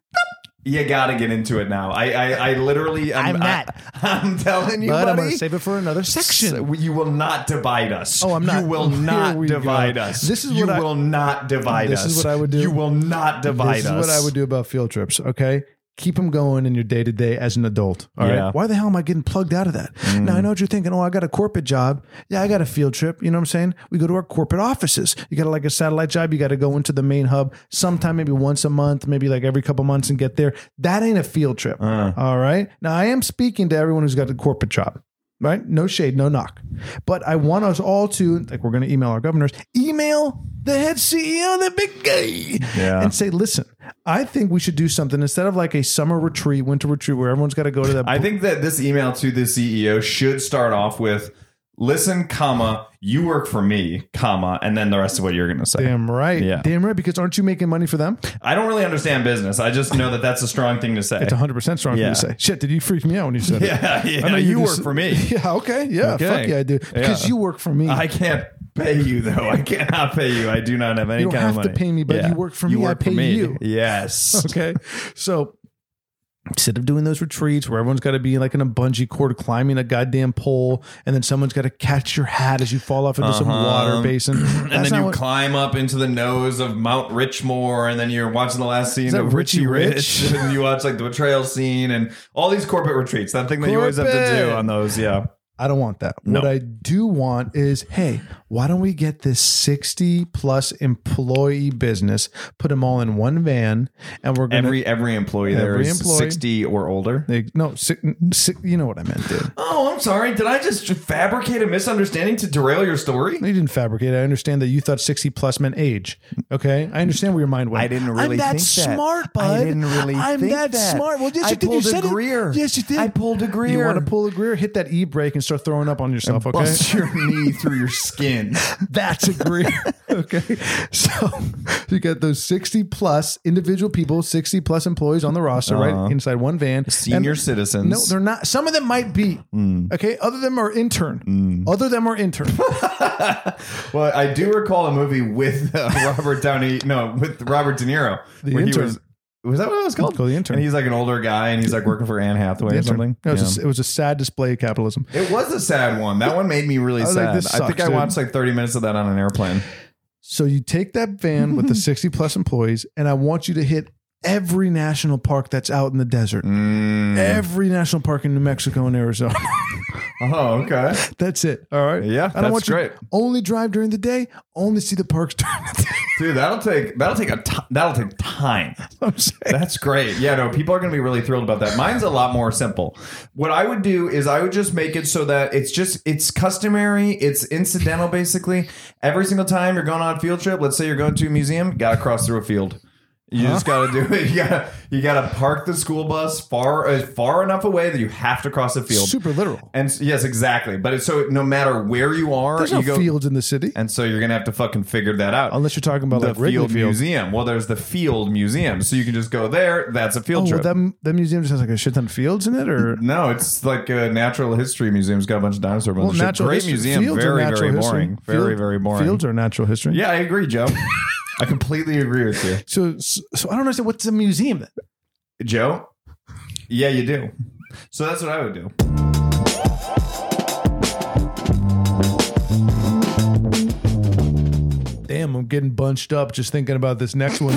[SPEAKER 3] you got to get into it now. I, I, I literally, I'm,
[SPEAKER 4] I'm not.
[SPEAKER 3] I, am telling you,
[SPEAKER 4] But I'm going
[SPEAKER 3] buddy.
[SPEAKER 4] to save it for another section.
[SPEAKER 3] So You will not divide us.
[SPEAKER 4] Oh, I'm not.
[SPEAKER 3] You will
[SPEAKER 4] Here
[SPEAKER 3] not
[SPEAKER 4] we go.
[SPEAKER 3] divide us.
[SPEAKER 4] This is
[SPEAKER 3] you
[SPEAKER 4] what I-
[SPEAKER 3] will not divide
[SPEAKER 4] This
[SPEAKER 3] us.
[SPEAKER 4] is what I would do.
[SPEAKER 3] You will not divide
[SPEAKER 4] this
[SPEAKER 3] us.
[SPEAKER 4] is what I would do about field trips. Okay. Keep them going in your day to day as an adult. All right.
[SPEAKER 3] Yeah. Mm.
[SPEAKER 4] Why the hell am I getting plugged out of that? Now I know what you're thinking. Oh, I got a corporate job. Yeah, I got a field trip. You know what I'm saying? We go to our corporate offices. You got like a satellite job. You got to go into the main hub sometime, maybe once a month, maybe like every couple months and get there. That ain't a field trip.
[SPEAKER 3] Uh.
[SPEAKER 4] All right. Now I am speaking to everyone who's got a corporate job. Right? No shade, no knock. But I want us all to, like, we're going to email our governors, email the head CEO, the big guy,
[SPEAKER 3] Yeah.
[SPEAKER 4] and say, listen, I think we should do something instead of like a summer retreat, winter retreat where everyone's got to go to that.
[SPEAKER 3] I think that this email to the CEO should start off with listen, comma, you work for me, comma, and then the rest of what you're going to say.
[SPEAKER 4] damn right.
[SPEAKER 3] Yeah.
[SPEAKER 4] Damn right. Because aren't you making money for them?
[SPEAKER 3] I don't really understand business. I just know that that's a strong thing to say.
[SPEAKER 4] It's 100% strong for you
[SPEAKER 3] Yeah.
[SPEAKER 4] to say. Shit, did you freak me out when you said it?
[SPEAKER 3] yeah, yeah.
[SPEAKER 4] know
[SPEAKER 3] you
[SPEAKER 4] you
[SPEAKER 3] work
[SPEAKER 4] just-
[SPEAKER 3] for me.
[SPEAKER 4] Yeah. Okay. Yeah.
[SPEAKER 3] Okay.
[SPEAKER 4] Fuck yeah, I do. Because
[SPEAKER 3] Yeah.
[SPEAKER 4] you work for me.
[SPEAKER 3] I can't pay you though. I cannot pay you. I do not have any
[SPEAKER 4] You don't
[SPEAKER 3] kind of
[SPEAKER 4] have to
[SPEAKER 3] money.
[SPEAKER 4] pay me, but you work for me, I pay you.
[SPEAKER 3] Yes.
[SPEAKER 4] okay. So instead of doing those retreats where everyone's got to be like in a bungee cord climbing a goddamn pole and then someone's got to catch your hat as you fall off into some water basin.
[SPEAKER 3] Uh-huh. And
[SPEAKER 4] That's
[SPEAKER 3] then
[SPEAKER 4] not
[SPEAKER 3] you
[SPEAKER 4] what-
[SPEAKER 3] climb up into the nose of Mount Richmore, and then you're watching the last scene
[SPEAKER 4] that
[SPEAKER 3] of Richie
[SPEAKER 4] Richie
[SPEAKER 3] Rich,
[SPEAKER 4] Rich?
[SPEAKER 3] and you watch like the betrayal scene and all these corporate retreats. That thing that you always have to do
[SPEAKER 4] Corporate.
[SPEAKER 3] on those. Yeah.
[SPEAKER 4] I don't want that. What I do want is, hey, why don't we get this 60 plus employee business, put them all in one van, and we're going to.
[SPEAKER 3] Every every employee there
[SPEAKER 4] Every
[SPEAKER 3] is
[SPEAKER 4] employee.
[SPEAKER 3] sixty or older.
[SPEAKER 4] no, si- si- you know what I meant, dude.
[SPEAKER 3] Oh, I'm sorry. Did I just fabricate a misunderstanding to derail your story?
[SPEAKER 4] You didn't fabricate. it. I understand that you thought sixty plus meant age. Okay, I understand where your mind went.
[SPEAKER 3] I didn't really
[SPEAKER 4] I'm that
[SPEAKER 3] think that.
[SPEAKER 4] smart,
[SPEAKER 3] I
[SPEAKER 4] bud.
[SPEAKER 3] didn't really
[SPEAKER 4] I'm
[SPEAKER 3] think
[SPEAKER 4] that,
[SPEAKER 3] that.
[SPEAKER 4] smart. Well, yes,
[SPEAKER 3] I
[SPEAKER 4] you did.
[SPEAKER 3] pulled
[SPEAKER 4] you
[SPEAKER 3] a
[SPEAKER 4] said it.
[SPEAKER 3] Greer.
[SPEAKER 4] Yes, you did.
[SPEAKER 3] I pulled a
[SPEAKER 4] You
[SPEAKER 3] Greer.
[SPEAKER 4] want to pull a Greer? Hit that e brake and start throwing up on yourself. Okay,
[SPEAKER 3] Bust your knee through your skin.
[SPEAKER 4] that's a Greer. okay, so you got those sixty plus individual people, sixty plus employees on the roster, right inside one van.
[SPEAKER 3] Uh-huh. Senior
[SPEAKER 4] And-
[SPEAKER 3] citizens. Mm.
[SPEAKER 4] no, they're not. Some of them might be. Okay. Other them are intern. Other them are intern.
[SPEAKER 3] Well, I do recall a movie with uh, Robert Downey. No, with Robert De Niro.
[SPEAKER 4] The
[SPEAKER 3] where he
[SPEAKER 4] Intern.
[SPEAKER 3] was, was that what it was called?
[SPEAKER 4] called The Intern.
[SPEAKER 3] And he's like an older guy, and he's like working for Anne Hathaway or something.
[SPEAKER 4] It was,
[SPEAKER 3] Yeah.
[SPEAKER 4] a, it was a sad display of capitalism.
[SPEAKER 3] it was a sad one. That one made me really
[SPEAKER 4] was like,
[SPEAKER 3] sad.
[SPEAKER 4] this
[SPEAKER 3] I think
[SPEAKER 4] sucks,
[SPEAKER 3] I
[SPEAKER 4] dude.
[SPEAKER 3] watched like 30 minutes of that on an airplane.
[SPEAKER 4] So you take that van with the 60 plus employees, and I want you to hit every national park that's out in the desert.
[SPEAKER 3] Mm.
[SPEAKER 4] Every national park in New Mexico and Arizona.
[SPEAKER 3] Oh, okay.
[SPEAKER 4] that's it. All right.
[SPEAKER 3] Yeah,
[SPEAKER 4] I
[SPEAKER 3] that's
[SPEAKER 4] don't want you
[SPEAKER 3] great.
[SPEAKER 4] only drive during the day, only see the parks during the day.
[SPEAKER 3] Dude, that'll take that'll take a t- that'll take time.
[SPEAKER 4] I'm saying.
[SPEAKER 3] That's great. Yeah, no, people are going to be really thrilled about that. Mine's a lot more simple. What I would do is I would just make it so that it's just it's customary, it's incidental basically. Every single time you're going on a field trip, let's say you're going to a museum, got to cross through a field. You just got to do it. You got to you got to park the school bus far uh, far enough away that you have to cross a field.
[SPEAKER 4] Super literal.
[SPEAKER 3] And s- yes, exactly. But it's so no matter where you are,
[SPEAKER 4] There's
[SPEAKER 3] you
[SPEAKER 4] no
[SPEAKER 3] go
[SPEAKER 4] fields in the city
[SPEAKER 3] and so you're gonna have to fucking figure that out.
[SPEAKER 4] unless you're talking about
[SPEAKER 3] the
[SPEAKER 4] like Wrigley
[SPEAKER 3] field
[SPEAKER 4] Field.
[SPEAKER 3] museum. Well, there's the field museum, so you can just go there. That's a field
[SPEAKER 4] Oh, well,
[SPEAKER 3] trip.
[SPEAKER 4] that, that museum just has like a shit ton of fields in it, or
[SPEAKER 3] no, it's like a natural history museum. It's got a bunch of dinosaur bones.
[SPEAKER 4] well,
[SPEAKER 3] and shit.
[SPEAKER 4] natural
[SPEAKER 3] Great
[SPEAKER 4] history-
[SPEAKER 3] museum.
[SPEAKER 4] fields are
[SPEAKER 3] Very,
[SPEAKER 4] natural
[SPEAKER 3] very
[SPEAKER 4] history.
[SPEAKER 3] boring. Very,
[SPEAKER 4] Field-
[SPEAKER 3] very boring.
[SPEAKER 4] Fields are natural history.
[SPEAKER 3] yeah, I agree, Joe. I completely agree with you,
[SPEAKER 4] So, so I don't understand what's a museum. Then?
[SPEAKER 3] Joe. Yeah, you do. So that's what I would do.
[SPEAKER 4] damn, I'm getting bunched up just thinking about this next one.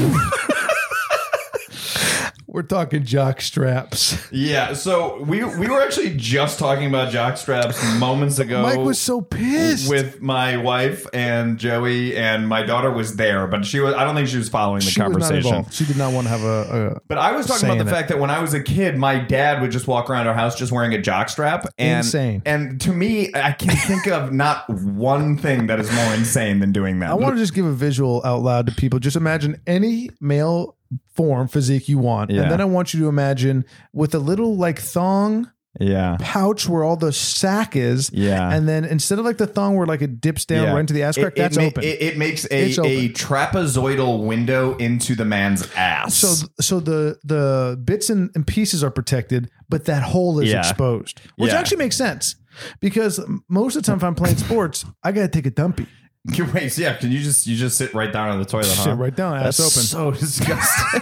[SPEAKER 4] We're talking jock straps.
[SPEAKER 3] Yeah, so we we were actually just talking about jockstraps moments ago.
[SPEAKER 4] Mike was so pissed.
[SPEAKER 3] with my wife and Joey and my daughter was there, but she was I don't think she was following the
[SPEAKER 4] she was not
[SPEAKER 3] conversation.
[SPEAKER 4] involved. She did not want to have a. a
[SPEAKER 3] But I was talking about
[SPEAKER 4] Saying
[SPEAKER 3] the
[SPEAKER 4] it.
[SPEAKER 3] fact that when I was a kid, my dad would just walk around our house just wearing a jockstrap. And,
[SPEAKER 4] Insane.
[SPEAKER 3] And to me, I can think of not one thing that is more insane than doing that.
[SPEAKER 4] I want to just give a visual out loud to people. Just imagine any male form physique you want,
[SPEAKER 3] Yeah.
[SPEAKER 4] and then I want you to imagine with a little like thong
[SPEAKER 3] yeah.
[SPEAKER 4] pouch where all the sack is.
[SPEAKER 3] Yeah.
[SPEAKER 4] And then instead of like the thong where like it dips down
[SPEAKER 3] Yeah.
[SPEAKER 4] right into the ass
[SPEAKER 3] It-
[SPEAKER 4] crack,
[SPEAKER 3] it
[SPEAKER 4] that's
[SPEAKER 3] ma-
[SPEAKER 4] open.
[SPEAKER 3] It, it makes
[SPEAKER 4] It's
[SPEAKER 3] a,
[SPEAKER 4] open.
[SPEAKER 3] a trapezoidal window into the man's ass.
[SPEAKER 4] so so the the bits and, and pieces are protected, but that hole is
[SPEAKER 3] Yeah.
[SPEAKER 4] exposed, which
[SPEAKER 3] Yeah.
[SPEAKER 4] actually makes sense because most of the time if I'm playing sports, I gotta take a dumpy,
[SPEAKER 3] wait, so yeah, can you just you just sit right down on the toilet? huh?
[SPEAKER 4] shit right down, ass open.
[SPEAKER 3] Uh-huh. Uh, So disgusting.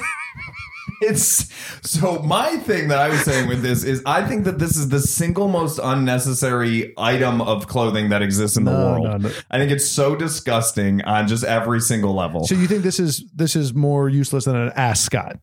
[SPEAKER 3] it's so my thing that I was saying with this is I think that this is the single most unnecessary item of clothing that exists in the
[SPEAKER 4] No,
[SPEAKER 3] world.
[SPEAKER 4] no, no.
[SPEAKER 3] I think it's so disgusting on just every single level.
[SPEAKER 4] So you think this is this is more useless than an ascot?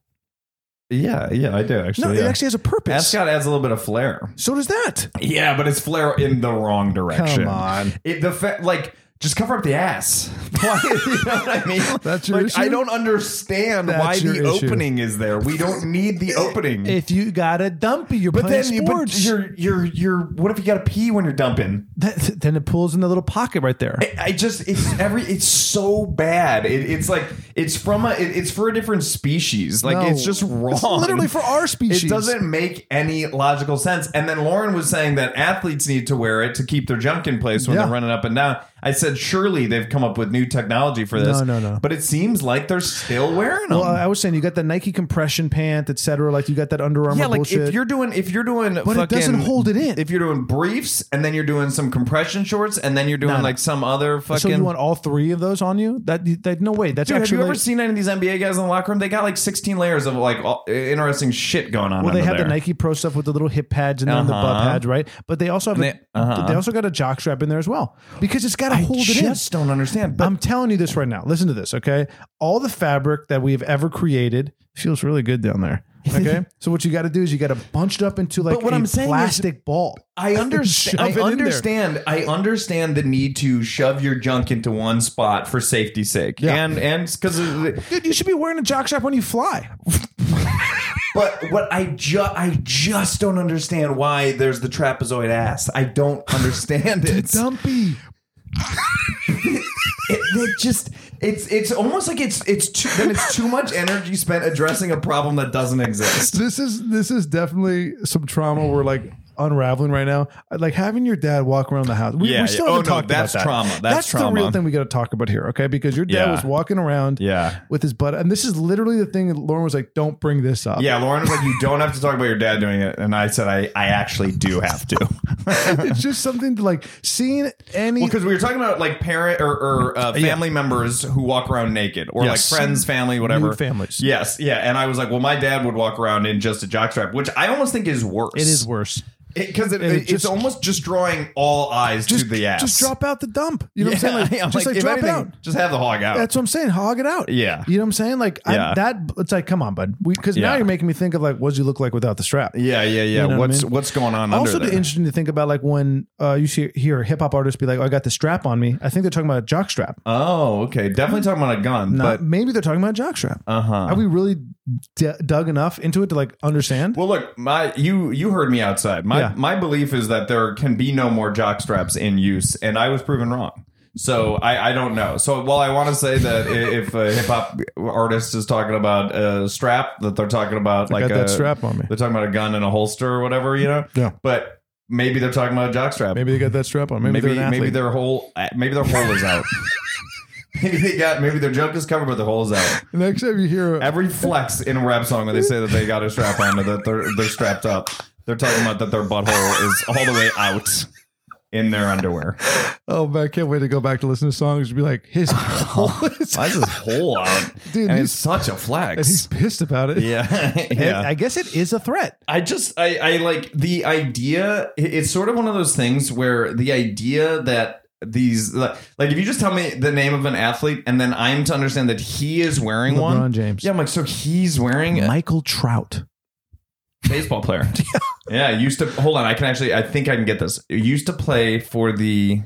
[SPEAKER 3] yeah, yeah, I do
[SPEAKER 4] No,
[SPEAKER 3] actually.
[SPEAKER 4] it
[SPEAKER 3] yeah.
[SPEAKER 4] actually has a purpose.
[SPEAKER 3] Ascot adds a little bit of flair.
[SPEAKER 4] So does that.
[SPEAKER 3] Yeah, but it's flair in the wrong direction.
[SPEAKER 4] on.
[SPEAKER 3] It, the fa- like just cover up the ass. Why- you know what I mean?
[SPEAKER 4] That's your
[SPEAKER 3] like, I
[SPEAKER 4] issue?
[SPEAKER 3] don't understand
[SPEAKER 4] That's
[SPEAKER 3] why
[SPEAKER 4] your
[SPEAKER 3] the
[SPEAKER 4] issue.
[SPEAKER 3] opening is there. We don't need the opening.
[SPEAKER 4] If you got a dumpy, you're
[SPEAKER 3] But
[SPEAKER 4] playing
[SPEAKER 3] then you, but
[SPEAKER 4] sports.
[SPEAKER 3] you're you're you're what if you got to pee when you're dumping?
[SPEAKER 4] That- then it pulls in the little pocket right there.
[SPEAKER 3] I- I just it's every it's so bad. It, it's like it's from a it- it's for a different species. Like
[SPEAKER 4] No.
[SPEAKER 3] it's just wrong.
[SPEAKER 4] It's literally for our species.
[SPEAKER 3] It doesn't make any logical sense. And then Lauren was saying that athletes need to wear it to keep their junk in place when
[SPEAKER 4] Yeah.
[SPEAKER 3] they're running up and down. I said surely they've come up with new technology for this.
[SPEAKER 4] No, no, no.
[SPEAKER 3] But it seems like they're still wearing them.
[SPEAKER 4] Well, I was saying you got the Nike compression pant, et cetera. Like you got that Under Armour
[SPEAKER 3] yeah, like
[SPEAKER 4] bullshit.
[SPEAKER 3] if you're doing if you're doing
[SPEAKER 4] it doesn't hold it in.
[SPEAKER 3] If you're doing briefs and then you're doing some compression shorts and then you're doing
[SPEAKER 4] no.
[SPEAKER 3] like some other fucking
[SPEAKER 4] so you want all three of those on you? That, that no way. That's
[SPEAKER 3] Dude, have
[SPEAKER 4] actually
[SPEAKER 3] you ever seen any of these NBA guys in the locker room? They got like 16 layers of like all, interesting shit going on.
[SPEAKER 4] well, they
[SPEAKER 3] under
[SPEAKER 4] have
[SPEAKER 3] there.
[SPEAKER 4] the Nike Pro stuff with the little hip pads and then the butt
[SPEAKER 3] Uh-huh.
[SPEAKER 4] pads, right? But they also have
[SPEAKER 3] And they- uh-huh.
[SPEAKER 4] a, they also got a jock strap in there as well because it's got to
[SPEAKER 3] I
[SPEAKER 4] hold it in.
[SPEAKER 3] just don't understand. But
[SPEAKER 4] I'm telling you this right now. Listen to this, okay? All the fabric that we've ever created feels really good down there. Okay, so what you got to do is you got to bunch it up into like
[SPEAKER 3] But what
[SPEAKER 4] a
[SPEAKER 3] I'm saying is-
[SPEAKER 4] plastic ball.
[SPEAKER 3] I
[SPEAKER 4] Shove
[SPEAKER 3] understand.
[SPEAKER 4] it
[SPEAKER 3] I
[SPEAKER 4] in there.
[SPEAKER 3] understand. I understand the need to shove your junk into one spot for safety's sake,
[SPEAKER 4] Yeah.
[SPEAKER 3] and and because.
[SPEAKER 4] Dude, you should be wearing a jock strap when you fly.
[SPEAKER 3] But what I just I just don't understand why there's the trapezoid ass. I don't understand it.
[SPEAKER 4] Dumpy.
[SPEAKER 3] it, it just it's it's almost like it's it's too, then it's too much energy spent addressing a problem that doesn't exist.
[SPEAKER 4] This is this is definitely some trauma we're like unraveling right now. Like having your dad walk around the house. We,
[SPEAKER 3] Yeah,
[SPEAKER 4] we still
[SPEAKER 3] yeah. Oh,
[SPEAKER 4] haven't
[SPEAKER 3] no,
[SPEAKER 4] talked
[SPEAKER 3] that's
[SPEAKER 4] about that.
[SPEAKER 3] trauma. That's
[SPEAKER 4] the
[SPEAKER 3] trauma.
[SPEAKER 4] real thing we got to talk about here, okay? Because your dad
[SPEAKER 3] Yeah.
[SPEAKER 4] was walking around
[SPEAKER 3] Yeah.
[SPEAKER 4] with his butt, and this is literally the thing. That Lauren was like, "Don't bring this up."
[SPEAKER 3] Yeah, Lauren was like, "You don't have to talk about your dad doing it," and I said, "I, I actually do have to."
[SPEAKER 4] it's just something to like seeing any.
[SPEAKER 3] Because we were talking about like parent or, or uh, family members who walk around naked, or
[SPEAKER 4] Yes.
[SPEAKER 3] like friends, family, whatever.
[SPEAKER 4] Nude families.
[SPEAKER 3] Yes, yeah. And I was like, well, my dad would walk around in just a jockstrap, which I almost think is worse.
[SPEAKER 4] it is worse.
[SPEAKER 3] because it,
[SPEAKER 4] And it
[SPEAKER 3] it's
[SPEAKER 4] just-
[SPEAKER 3] almost just drawing all eyes to the ass.
[SPEAKER 4] just drop out the dump. You know
[SPEAKER 3] Yeah,
[SPEAKER 4] what I'm saying? Like,
[SPEAKER 3] I'm
[SPEAKER 4] just like,
[SPEAKER 3] if
[SPEAKER 4] drop it
[SPEAKER 3] anything,
[SPEAKER 4] out.
[SPEAKER 3] Just have the hog out.
[SPEAKER 4] That's what I'm saying. Hog it out.
[SPEAKER 3] Yeah.
[SPEAKER 4] You know what I'm saying? Like
[SPEAKER 3] Yeah.
[SPEAKER 4] I, that. It's like, come on, bud. Because now
[SPEAKER 3] Yeah.
[SPEAKER 4] you're making me think of like, what does you look like without the strap?
[SPEAKER 3] yeah, yeah, yeah.
[SPEAKER 4] know what I
[SPEAKER 3] what's
[SPEAKER 4] mean?
[SPEAKER 3] what's going on
[SPEAKER 4] also
[SPEAKER 3] under
[SPEAKER 4] be
[SPEAKER 3] there?
[SPEAKER 4] interesting to think about like when uh, you see, hear hip hop artists be like, oh, I got the strap on me. I think they're talking about a jock strap.
[SPEAKER 3] oh, okay. Definitely talking about a gun,
[SPEAKER 4] Not,
[SPEAKER 3] but
[SPEAKER 4] maybe they're talking about a jock strap.
[SPEAKER 3] uh huh.
[SPEAKER 4] Are we really d- dug enough into it to like understand?
[SPEAKER 3] Well, look, my you you heard me outside. My
[SPEAKER 4] Yeah.
[SPEAKER 3] my belief is that there can be no more jock straps in use, and I was proven wrong. So I, I don't know. So while I want to say that i- if a hip hop artist is talking about a strap, that they're talking about like
[SPEAKER 4] got that
[SPEAKER 3] a-
[SPEAKER 4] strap on me.
[SPEAKER 3] they're talking about a gun and a holster or whatever, you know.
[SPEAKER 4] Yeah.
[SPEAKER 3] But maybe they're talking about a jock strap.
[SPEAKER 4] maybe they got that strap on. Maybe,
[SPEAKER 3] maybe
[SPEAKER 4] they're an athlete.
[SPEAKER 3] maybe their whole uh, maybe their hole is out. maybe they got maybe their junk is covered, but the hole is out.
[SPEAKER 4] Next time you hear a-
[SPEAKER 3] Every flex in a rap song when they say that they got a strap on, that they're they're strapped up. They're talking about that their butthole is all the way out in their underwear.
[SPEAKER 4] Oh man, I can't wait to go back to listen to songs and be like, his whole
[SPEAKER 3] Why's his hole out?
[SPEAKER 4] Dude,
[SPEAKER 3] and
[SPEAKER 4] he's-
[SPEAKER 3] it's such a
[SPEAKER 4] and
[SPEAKER 3] flex.
[SPEAKER 4] he's pissed about it.
[SPEAKER 3] Yeah,
[SPEAKER 4] And
[SPEAKER 3] yeah.
[SPEAKER 4] I guess it is a threat.
[SPEAKER 3] I just I I like the idea. it- It's sort of one of those things where the idea that these like, like if you just tell me the name of an athlete and then I'm to understand that he is wearing one.
[SPEAKER 4] LeBron James.
[SPEAKER 3] Yeah, I'm like, so he's wearing a
[SPEAKER 4] Michael Trout.
[SPEAKER 3] baseball player. yeah, used to hold on, I can actually I think I can get this. Used to play for the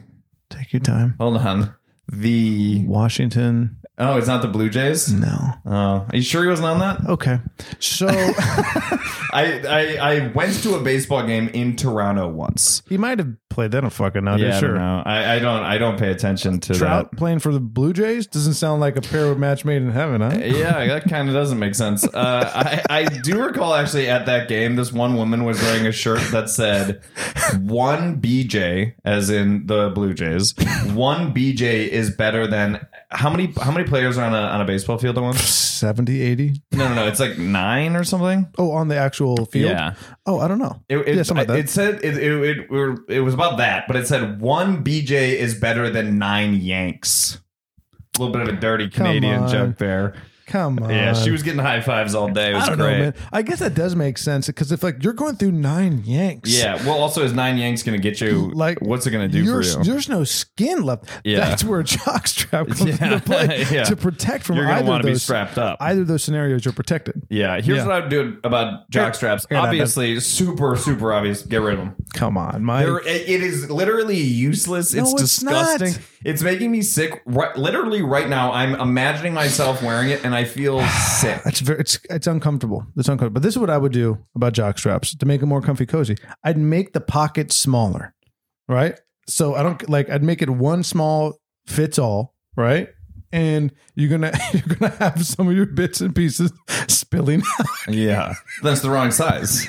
[SPEAKER 4] Take your time.
[SPEAKER 3] hold on. The
[SPEAKER 4] Washington.
[SPEAKER 3] oh, it's not the Blue Jays.
[SPEAKER 4] No.
[SPEAKER 3] Oh, are you sure he wasn't on that?
[SPEAKER 4] Okay. So
[SPEAKER 3] I, I I went to a baseball game in Toronto once.
[SPEAKER 4] he might have played. I don't fucking know. dude.
[SPEAKER 3] I
[SPEAKER 4] sure.
[SPEAKER 3] don't know. I, I don't I don't pay attention to
[SPEAKER 4] Trout playing for the Blue Jays doesn't sound like a pair of match made in heaven, huh?
[SPEAKER 3] that. Yeah, that kind of doesn't make sense. Uh, I, I do recall actually at that game, this one woman was wearing a shirt that said one BJ, as in the Blue Jays. One BJ is better than how many how many players are on a on a baseball field at once?
[SPEAKER 4] 70, 80?
[SPEAKER 3] No, no, no. It's like nine or something.
[SPEAKER 4] Oh, on the actual field?
[SPEAKER 3] Yeah.
[SPEAKER 4] Oh, I don't know.
[SPEAKER 3] It, it,
[SPEAKER 4] yeah, something like that.
[SPEAKER 3] it said it it, it, were- it was about that, but it said one BJ is better than nine Yanks. A little bit of a dirty
[SPEAKER 4] Come
[SPEAKER 3] Canadian
[SPEAKER 4] on.
[SPEAKER 3] joke there.
[SPEAKER 4] Come on.
[SPEAKER 3] Yeah, she was getting high fives all day. It was
[SPEAKER 4] I don't
[SPEAKER 3] great.
[SPEAKER 4] know, man. I guess that does make sense because if like you're going through nine Yanks,
[SPEAKER 3] Yeah. Well, also is nine Yanks going to get you? Like,
[SPEAKER 4] like
[SPEAKER 3] what's it going to do for
[SPEAKER 4] there's-
[SPEAKER 3] you?
[SPEAKER 4] There's no skin left.
[SPEAKER 3] Yeah.
[SPEAKER 4] That's where a jock strap comes
[SPEAKER 3] Yeah.
[SPEAKER 4] into play
[SPEAKER 3] Yeah.
[SPEAKER 4] to protect from
[SPEAKER 3] You're going to
[SPEAKER 4] either
[SPEAKER 3] want
[SPEAKER 4] of
[SPEAKER 3] to be
[SPEAKER 4] those.
[SPEAKER 3] strapped up.
[SPEAKER 4] Either of those scenarios, you're protected.
[SPEAKER 3] yeah. Here's
[SPEAKER 4] Yeah.
[SPEAKER 3] what I would do about jock straps.
[SPEAKER 4] here, that-
[SPEAKER 3] Obviously, super, super obvious. Get rid of them.
[SPEAKER 4] Come on, my
[SPEAKER 3] They're- it it is literally useless.
[SPEAKER 4] No,
[SPEAKER 3] It's,
[SPEAKER 4] it's not.
[SPEAKER 3] disgusting. It's making me sick. Right, literally, right now, I'm imagining myself wearing it, and I feel sick.
[SPEAKER 4] It's very it's it's uncomfortable. It's uncomfortable. But this is what I would do about jock straps to make them more comfy cozy. I'd make the pocket smaller, right? So I don't like I'd make it one small fits all, right? And you're gonna you're gonna have some of your bits and pieces spilling.
[SPEAKER 3] Yeah, that's the wrong size.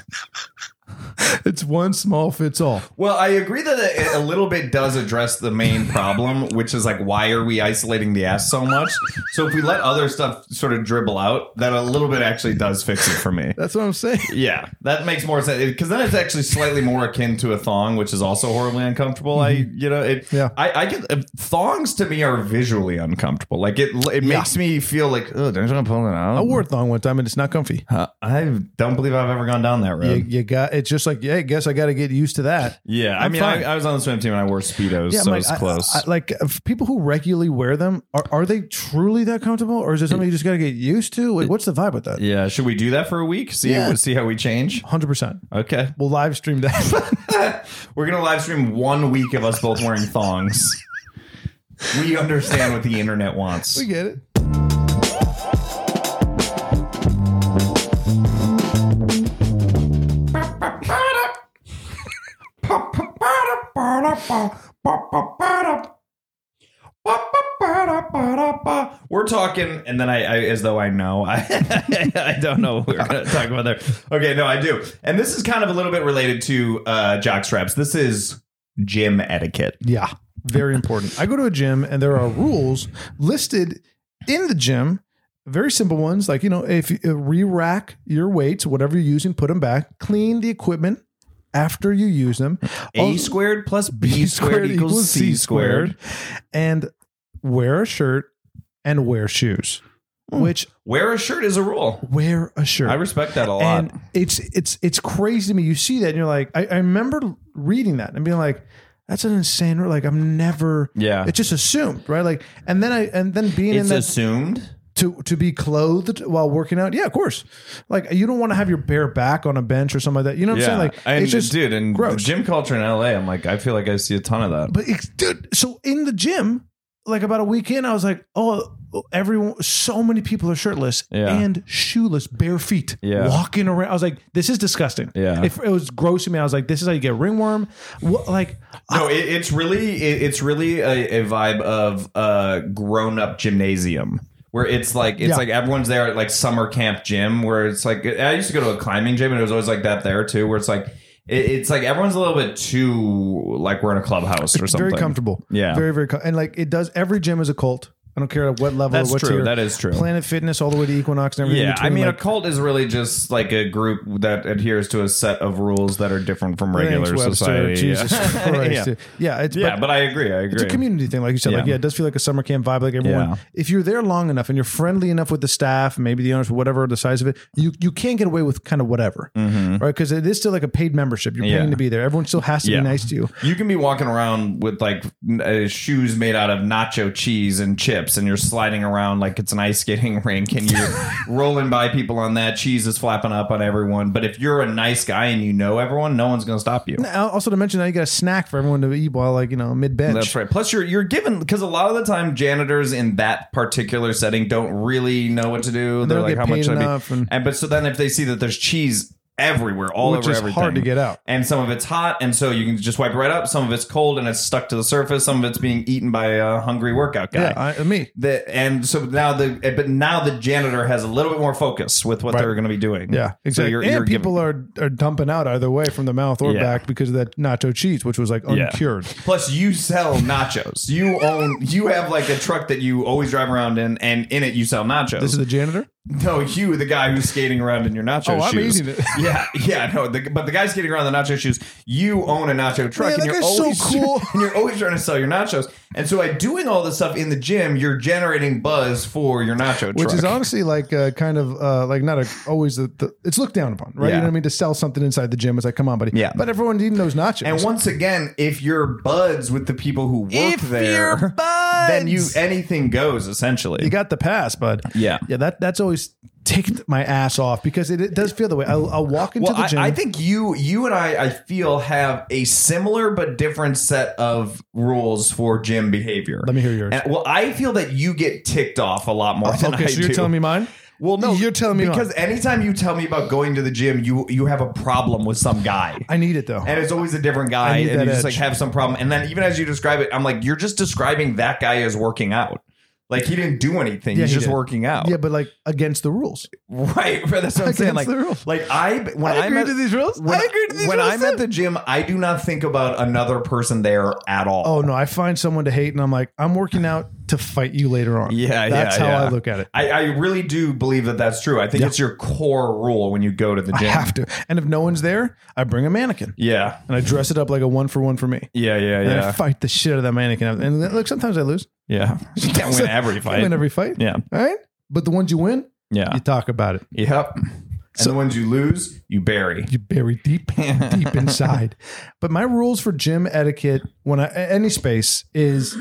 [SPEAKER 4] it's one small fits all.
[SPEAKER 3] Well, I agree that it a little bit does address the main problem, which is like, why are we isolating the ass so much? So if we let other stuff sort of dribble out, that a little bit actually does fix it for me.
[SPEAKER 4] That's what I'm saying.
[SPEAKER 3] Yeah, that makes more sense because then it's actually slightly more akin to a thong, which is also horribly uncomfortable. I, you know, it.
[SPEAKER 4] Yeah.
[SPEAKER 3] I, I get uh, thongs to me are visually uncomfortable. Like it, it makes me feel like, oh, don't you want to pull it out?
[SPEAKER 4] I wore a thong one time and it's not comfy.
[SPEAKER 3] Uh, I don't believe I've ever gone down that
[SPEAKER 4] You,
[SPEAKER 3] road.
[SPEAKER 4] you got it's just like yeah. I guess I got to get used to that.
[SPEAKER 3] Yeah, i
[SPEAKER 4] I'm
[SPEAKER 3] mean, I,
[SPEAKER 4] fine.
[SPEAKER 3] I was on the swim team and I wore speedos,
[SPEAKER 4] Yeah,
[SPEAKER 3] so
[SPEAKER 4] I'm
[SPEAKER 3] it's
[SPEAKER 4] like, I-
[SPEAKER 3] close.
[SPEAKER 4] I- like if people who regularly wear them, are, are they truly that comfortable, or is it something you just got to get used to? Like, What's the vibe with that?
[SPEAKER 3] yeah, should we do that for a week? See,
[SPEAKER 4] Yeah.
[SPEAKER 3] see how we change.
[SPEAKER 4] Hundred percent.
[SPEAKER 3] Okay,
[SPEAKER 4] We'll live stream that.
[SPEAKER 3] we're gonna live stream one week of us both wearing thongs. we understand what the internet wants.
[SPEAKER 4] we get it.
[SPEAKER 3] We're talking, and then I, I as though I know. I, I don't know what we're going to talk about there. Okay, no, I do. And this is kind of a little bit related to uh, jock straps. This is gym etiquette.
[SPEAKER 4] Yeah, very important. I go to a gym and there are rules listed in the gym. Very simple ones, like you know, if you uh, re-rack your weights, whatever you're using, put them back. Clean the equipment after you use them.
[SPEAKER 3] A
[SPEAKER 4] Also-
[SPEAKER 3] squared plus Oh. B squared equals C squared.
[SPEAKER 4] And wear a shirt and wear shoes. Which
[SPEAKER 3] Wear a shirt is a rule.
[SPEAKER 4] wear a shirt.
[SPEAKER 3] Hmm. I respect that a lot.
[SPEAKER 4] and it's it's it's crazy to me. You see that and you're like, I, I remember reading that and being like, that's an insane rule. Like I'm never
[SPEAKER 3] Yeah.
[SPEAKER 4] It's just assumed, right? Like and then I and then being in
[SPEAKER 3] It's
[SPEAKER 4] that
[SPEAKER 3] assumed.
[SPEAKER 4] to to be clothed while working out. Yeah, of course. Like you don't want to have your bare back on a bench or something like that. You know what I'm saying? Like
[SPEAKER 3] and
[SPEAKER 4] it's just
[SPEAKER 3] dude, and
[SPEAKER 4] gross.
[SPEAKER 3] gym culture in LA, I'm like, I feel like I see a ton of that.
[SPEAKER 4] But it's, dude, so in the gym, like about a weekend, I was like, oh, everyone, so many people are shirtless
[SPEAKER 3] Yeah.
[SPEAKER 4] and shoeless, bare feet,
[SPEAKER 3] Yeah.
[SPEAKER 4] walking around. I was like, this is disgusting.
[SPEAKER 3] Yeah.
[SPEAKER 4] If it was gross to me, I was like, this is how you get ringworm. What, like,
[SPEAKER 3] No, it, it's really it, it's really a, a vibe of uh grown up gymnasium where it's like it's
[SPEAKER 4] Yeah.
[SPEAKER 3] like everyone's there at like summer camp gym where it's like I used to go to a climbing gym and it was always like that there too where it's like it, it's like everyone's a little bit too like we're in a clubhouse or something.
[SPEAKER 4] very comfortable.
[SPEAKER 3] Yeah.
[SPEAKER 4] Very, very com- And like, it does, every gym is a cult. I don't care at what level.
[SPEAKER 3] That's
[SPEAKER 4] or what's
[SPEAKER 3] true.
[SPEAKER 4] Your
[SPEAKER 3] That is true.
[SPEAKER 4] Planet Fitness all the way to Equinox and everything.
[SPEAKER 3] Yeah,
[SPEAKER 4] in
[SPEAKER 3] I
[SPEAKER 4] between,
[SPEAKER 3] mean,
[SPEAKER 4] like,
[SPEAKER 3] a cult is really just like a group that adheres to a set of rules that are different from regular
[SPEAKER 4] thanks, Webster,
[SPEAKER 3] society.
[SPEAKER 4] Jesus
[SPEAKER 3] yeah.
[SPEAKER 4] Christ.
[SPEAKER 3] yeah.
[SPEAKER 4] yeah. it's,
[SPEAKER 3] Yeah,
[SPEAKER 4] but-
[SPEAKER 3] but, I agree. I agree.
[SPEAKER 4] it's a community thing, like you said. Like,
[SPEAKER 3] Yeah.
[SPEAKER 4] yeah, it does feel like a summer camp vibe. Like everyone,
[SPEAKER 3] Yeah.
[SPEAKER 4] if you're there long enough and you're friendly enough with the staff, maybe the owners, whatever the size of it, you you can get away with kind of whatever, right? Because it is still like a paid membership. You're paying
[SPEAKER 3] Mm-hmm. Yeah.
[SPEAKER 4] to be there. Everyone still has to
[SPEAKER 3] Yeah.
[SPEAKER 4] be nice to you.
[SPEAKER 3] You can be walking around with like n- uh, shoes made out of nacho cheese and chips, and you're sliding around like it's an ice skating rink, and you're rolling by people on that. Cheese is flapping up on everyone. But if you're a nice guy and you know everyone, no one's going to stop you.
[SPEAKER 4] Al- Also, to mention that you got a snack for everyone to eat while like you know mid bench.
[SPEAKER 3] That's right. Plus, you're you're given because a lot of the time janitors in that particular setting don't really know what to do. They're
[SPEAKER 4] don't
[SPEAKER 3] like,
[SPEAKER 4] get
[SPEAKER 3] how much
[SPEAKER 4] paid
[SPEAKER 3] should I
[SPEAKER 4] enough
[SPEAKER 3] be?
[SPEAKER 4] and-
[SPEAKER 3] And, but so then if they see that there's cheese everywhere, all
[SPEAKER 4] Which
[SPEAKER 3] over
[SPEAKER 4] is
[SPEAKER 3] everything,
[SPEAKER 4] hard to get out.
[SPEAKER 3] And some of it's hot, and so you can just wipe it right up. Some of it's cold and it's stuck to the surface. Some of it's being eaten by a hungry workout guy.
[SPEAKER 4] Yeah, I, me.
[SPEAKER 3] The- and so now the but now the janitor has a little bit more focus with what they're going to be doing.
[SPEAKER 4] Yeah,
[SPEAKER 3] So
[SPEAKER 4] exactly.
[SPEAKER 3] you're,
[SPEAKER 4] and
[SPEAKER 3] you're given-
[SPEAKER 4] people are are dumping out either way from the mouth or
[SPEAKER 3] Yeah.
[SPEAKER 4] back because of that nacho cheese, which was like
[SPEAKER 3] Yeah.
[SPEAKER 4] uncured.
[SPEAKER 3] Plus, you sell nachos. You own. You have like a truck that you always drive around in, and in it you sell nachos.
[SPEAKER 4] This is the janitor.
[SPEAKER 3] no, you, the guy who's skating around in your nacho
[SPEAKER 4] Oh, I'm
[SPEAKER 3] shoes.
[SPEAKER 4] eating it.
[SPEAKER 3] Yeah, yeah, no. The, but the guy skating around in the nacho shoes. You own a nacho truck,
[SPEAKER 4] Man,
[SPEAKER 3] and
[SPEAKER 4] that
[SPEAKER 3] you're
[SPEAKER 4] guy's so
[SPEAKER 3] always
[SPEAKER 4] cool.
[SPEAKER 3] and you're always trying to sell your nachos. And so, by doing all this stuff in the gym, you're generating buzz for your nacho
[SPEAKER 4] which
[SPEAKER 3] truck.
[SPEAKER 4] is honestly like uh, kind of uh, like not a, always the, the it's looked down upon, right? You
[SPEAKER 3] Yeah.
[SPEAKER 4] know what I mean? To sell something inside the gym, it's like, come on, buddy.
[SPEAKER 3] Yeah.
[SPEAKER 4] But everyone's eating those nachos.
[SPEAKER 3] And once again, if you're buds with the people who work there, then you anything goes essentially.
[SPEAKER 4] you got the pass, bud.
[SPEAKER 3] Yeah.
[SPEAKER 4] yeah. That that's always ticked my ass off because it, it does feel the way. I'll, I'll walk into
[SPEAKER 3] well,
[SPEAKER 4] the gym.
[SPEAKER 3] I, I think you you and I I feel have a similar but different set of rules for gym behavior.
[SPEAKER 4] Let me hear yours. Oh,
[SPEAKER 3] And- well, I feel that you get ticked off a lot more than
[SPEAKER 4] okay,
[SPEAKER 3] I
[SPEAKER 4] so you're
[SPEAKER 3] do.
[SPEAKER 4] telling me mine?
[SPEAKER 3] well, no,
[SPEAKER 4] you're telling me
[SPEAKER 3] because
[SPEAKER 4] mine.
[SPEAKER 3] anytime you tell me about going to the gym, you you have a problem with some guy.
[SPEAKER 4] I need it though.
[SPEAKER 3] and it's always a different guy,
[SPEAKER 4] need
[SPEAKER 3] and you
[SPEAKER 4] that
[SPEAKER 3] just like
[SPEAKER 4] edge.
[SPEAKER 3] have some problem. And then even as you describe it, I'm like, you're just describing that guy as working out. Like he didn't do anything;
[SPEAKER 4] Yeah,
[SPEAKER 3] he's
[SPEAKER 4] he
[SPEAKER 3] just
[SPEAKER 4] did.
[SPEAKER 3] working out.
[SPEAKER 4] yeah, but like against the rules.
[SPEAKER 3] Right, but that's what I'm saying. Like,
[SPEAKER 4] Against the rules.
[SPEAKER 3] like I when
[SPEAKER 4] I
[SPEAKER 3] am
[SPEAKER 4] agree
[SPEAKER 3] at,
[SPEAKER 4] to these rules.
[SPEAKER 3] When,
[SPEAKER 4] I agree to these
[SPEAKER 3] when
[SPEAKER 4] rules,
[SPEAKER 3] I'm at
[SPEAKER 4] too.
[SPEAKER 3] the gym, I do not think about another person there at all.
[SPEAKER 4] Oh no, I find someone to hate, and I'm like, I'm working out to fight you later on.
[SPEAKER 3] Yeah,
[SPEAKER 4] that's
[SPEAKER 3] yeah,
[SPEAKER 4] how
[SPEAKER 3] yeah.
[SPEAKER 4] I look at it.
[SPEAKER 3] I, I really do believe that that's true. I think
[SPEAKER 4] Yeah.
[SPEAKER 3] it's your core rule when you go to the
[SPEAKER 4] I
[SPEAKER 3] gym.
[SPEAKER 4] have to. And if no one's there, I bring a mannequin
[SPEAKER 3] Yeah,
[SPEAKER 4] and I dress it up like a one for one for me.
[SPEAKER 3] yeah, yeah,
[SPEAKER 4] And I
[SPEAKER 3] yeah.
[SPEAKER 4] fight the shit out of that mannequin. And look, sometimes I lose.
[SPEAKER 3] yeah, you can't win every
[SPEAKER 4] I
[SPEAKER 3] fight.
[SPEAKER 4] win every fight.
[SPEAKER 3] yeah,
[SPEAKER 4] All right. But the ones you win,
[SPEAKER 3] yeah,
[SPEAKER 4] you talk about it.
[SPEAKER 3] yep. And the ones you lose, you bury.
[SPEAKER 4] You bury deep, deep inside. But my rules for gym etiquette when I any space is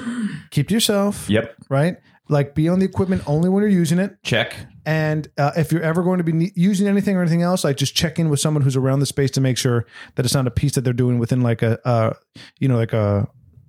[SPEAKER 4] keep to yourself.
[SPEAKER 3] Yep.
[SPEAKER 4] Right. Like be on the equipment only when you're using it.
[SPEAKER 3] Check.
[SPEAKER 4] And uh, if you're ever going to be ne- using anything or anything else, like just check in with someone who's around the space to make sure that it's not a piece that they're doing within like a, uh, you know, like a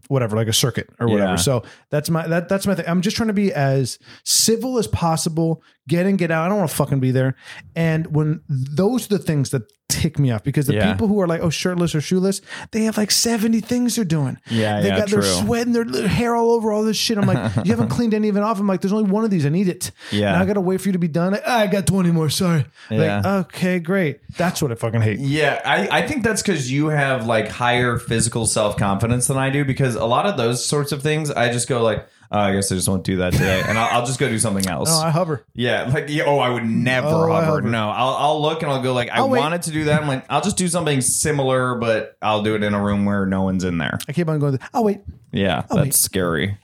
[SPEAKER 4] whatever, like a circuit or whatever.
[SPEAKER 3] Yeah.
[SPEAKER 4] So that's my that that's my thing. I'm just trying to be as civil as possible. Get in, get out. I don't want to fucking be there. And when those are the things that tick me off because the
[SPEAKER 3] Yeah.
[SPEAKER 4] people who are like oh shirtless or shoeless, they have like 70 things they're doing.
[SPEAKER 3] Yeah,
[SPEAKER 4] they
[SPEAKER 3] yeah,
[SPEAKER 4] got their
[SPEAKER 3] true.
[SPEAKER 4] sweating, their li- hair all over all this shit. I'm like, you haven't cleaned any of it off. I'm like, there's only one of these. I need it.
[SPEAKER 3] Yeah.
[SPEAKER 4] Now I gotta wait for you to be done. Like, "Ah, I got 20 more. Sorry.
[SPEAKER 3] Yeah.
[SPEAKER 4] Like, okay, great. That's what I fucking hate.
[SPEAKER 3] Yeah, I, I think that's because you have like higher physical self confidence than I do. Because a lot of those sorts of things, I just go like, oh, I guess I just won't do that today, and I'll, I'll just go do something else.
[SPEAKER 4] No, I hover.
[SPEAKER 3] yeah, like yeah, oh, I would never
[SPEAKER 4] Oh, I
[SPEAKER 3] hover.
[SPEAKER 4] hover.
[SPEAKER 3] No, I'll, I'll look and I'll go like, I
[SPEAKER 4] I'll wait.
[SPEAKER 3] wanted to do that. I'm like, I'll just do something similar, but I'll do it in a room where no one's in there.
[SPEAKER 4] I keep on going. Oh wait.
[SPEAKER 3] Yeah,
[SPEAKER 4] Oh,
[SPEAKER 3] that's
[SPEAKER 4] wait.
[SPEAKER 3] scary.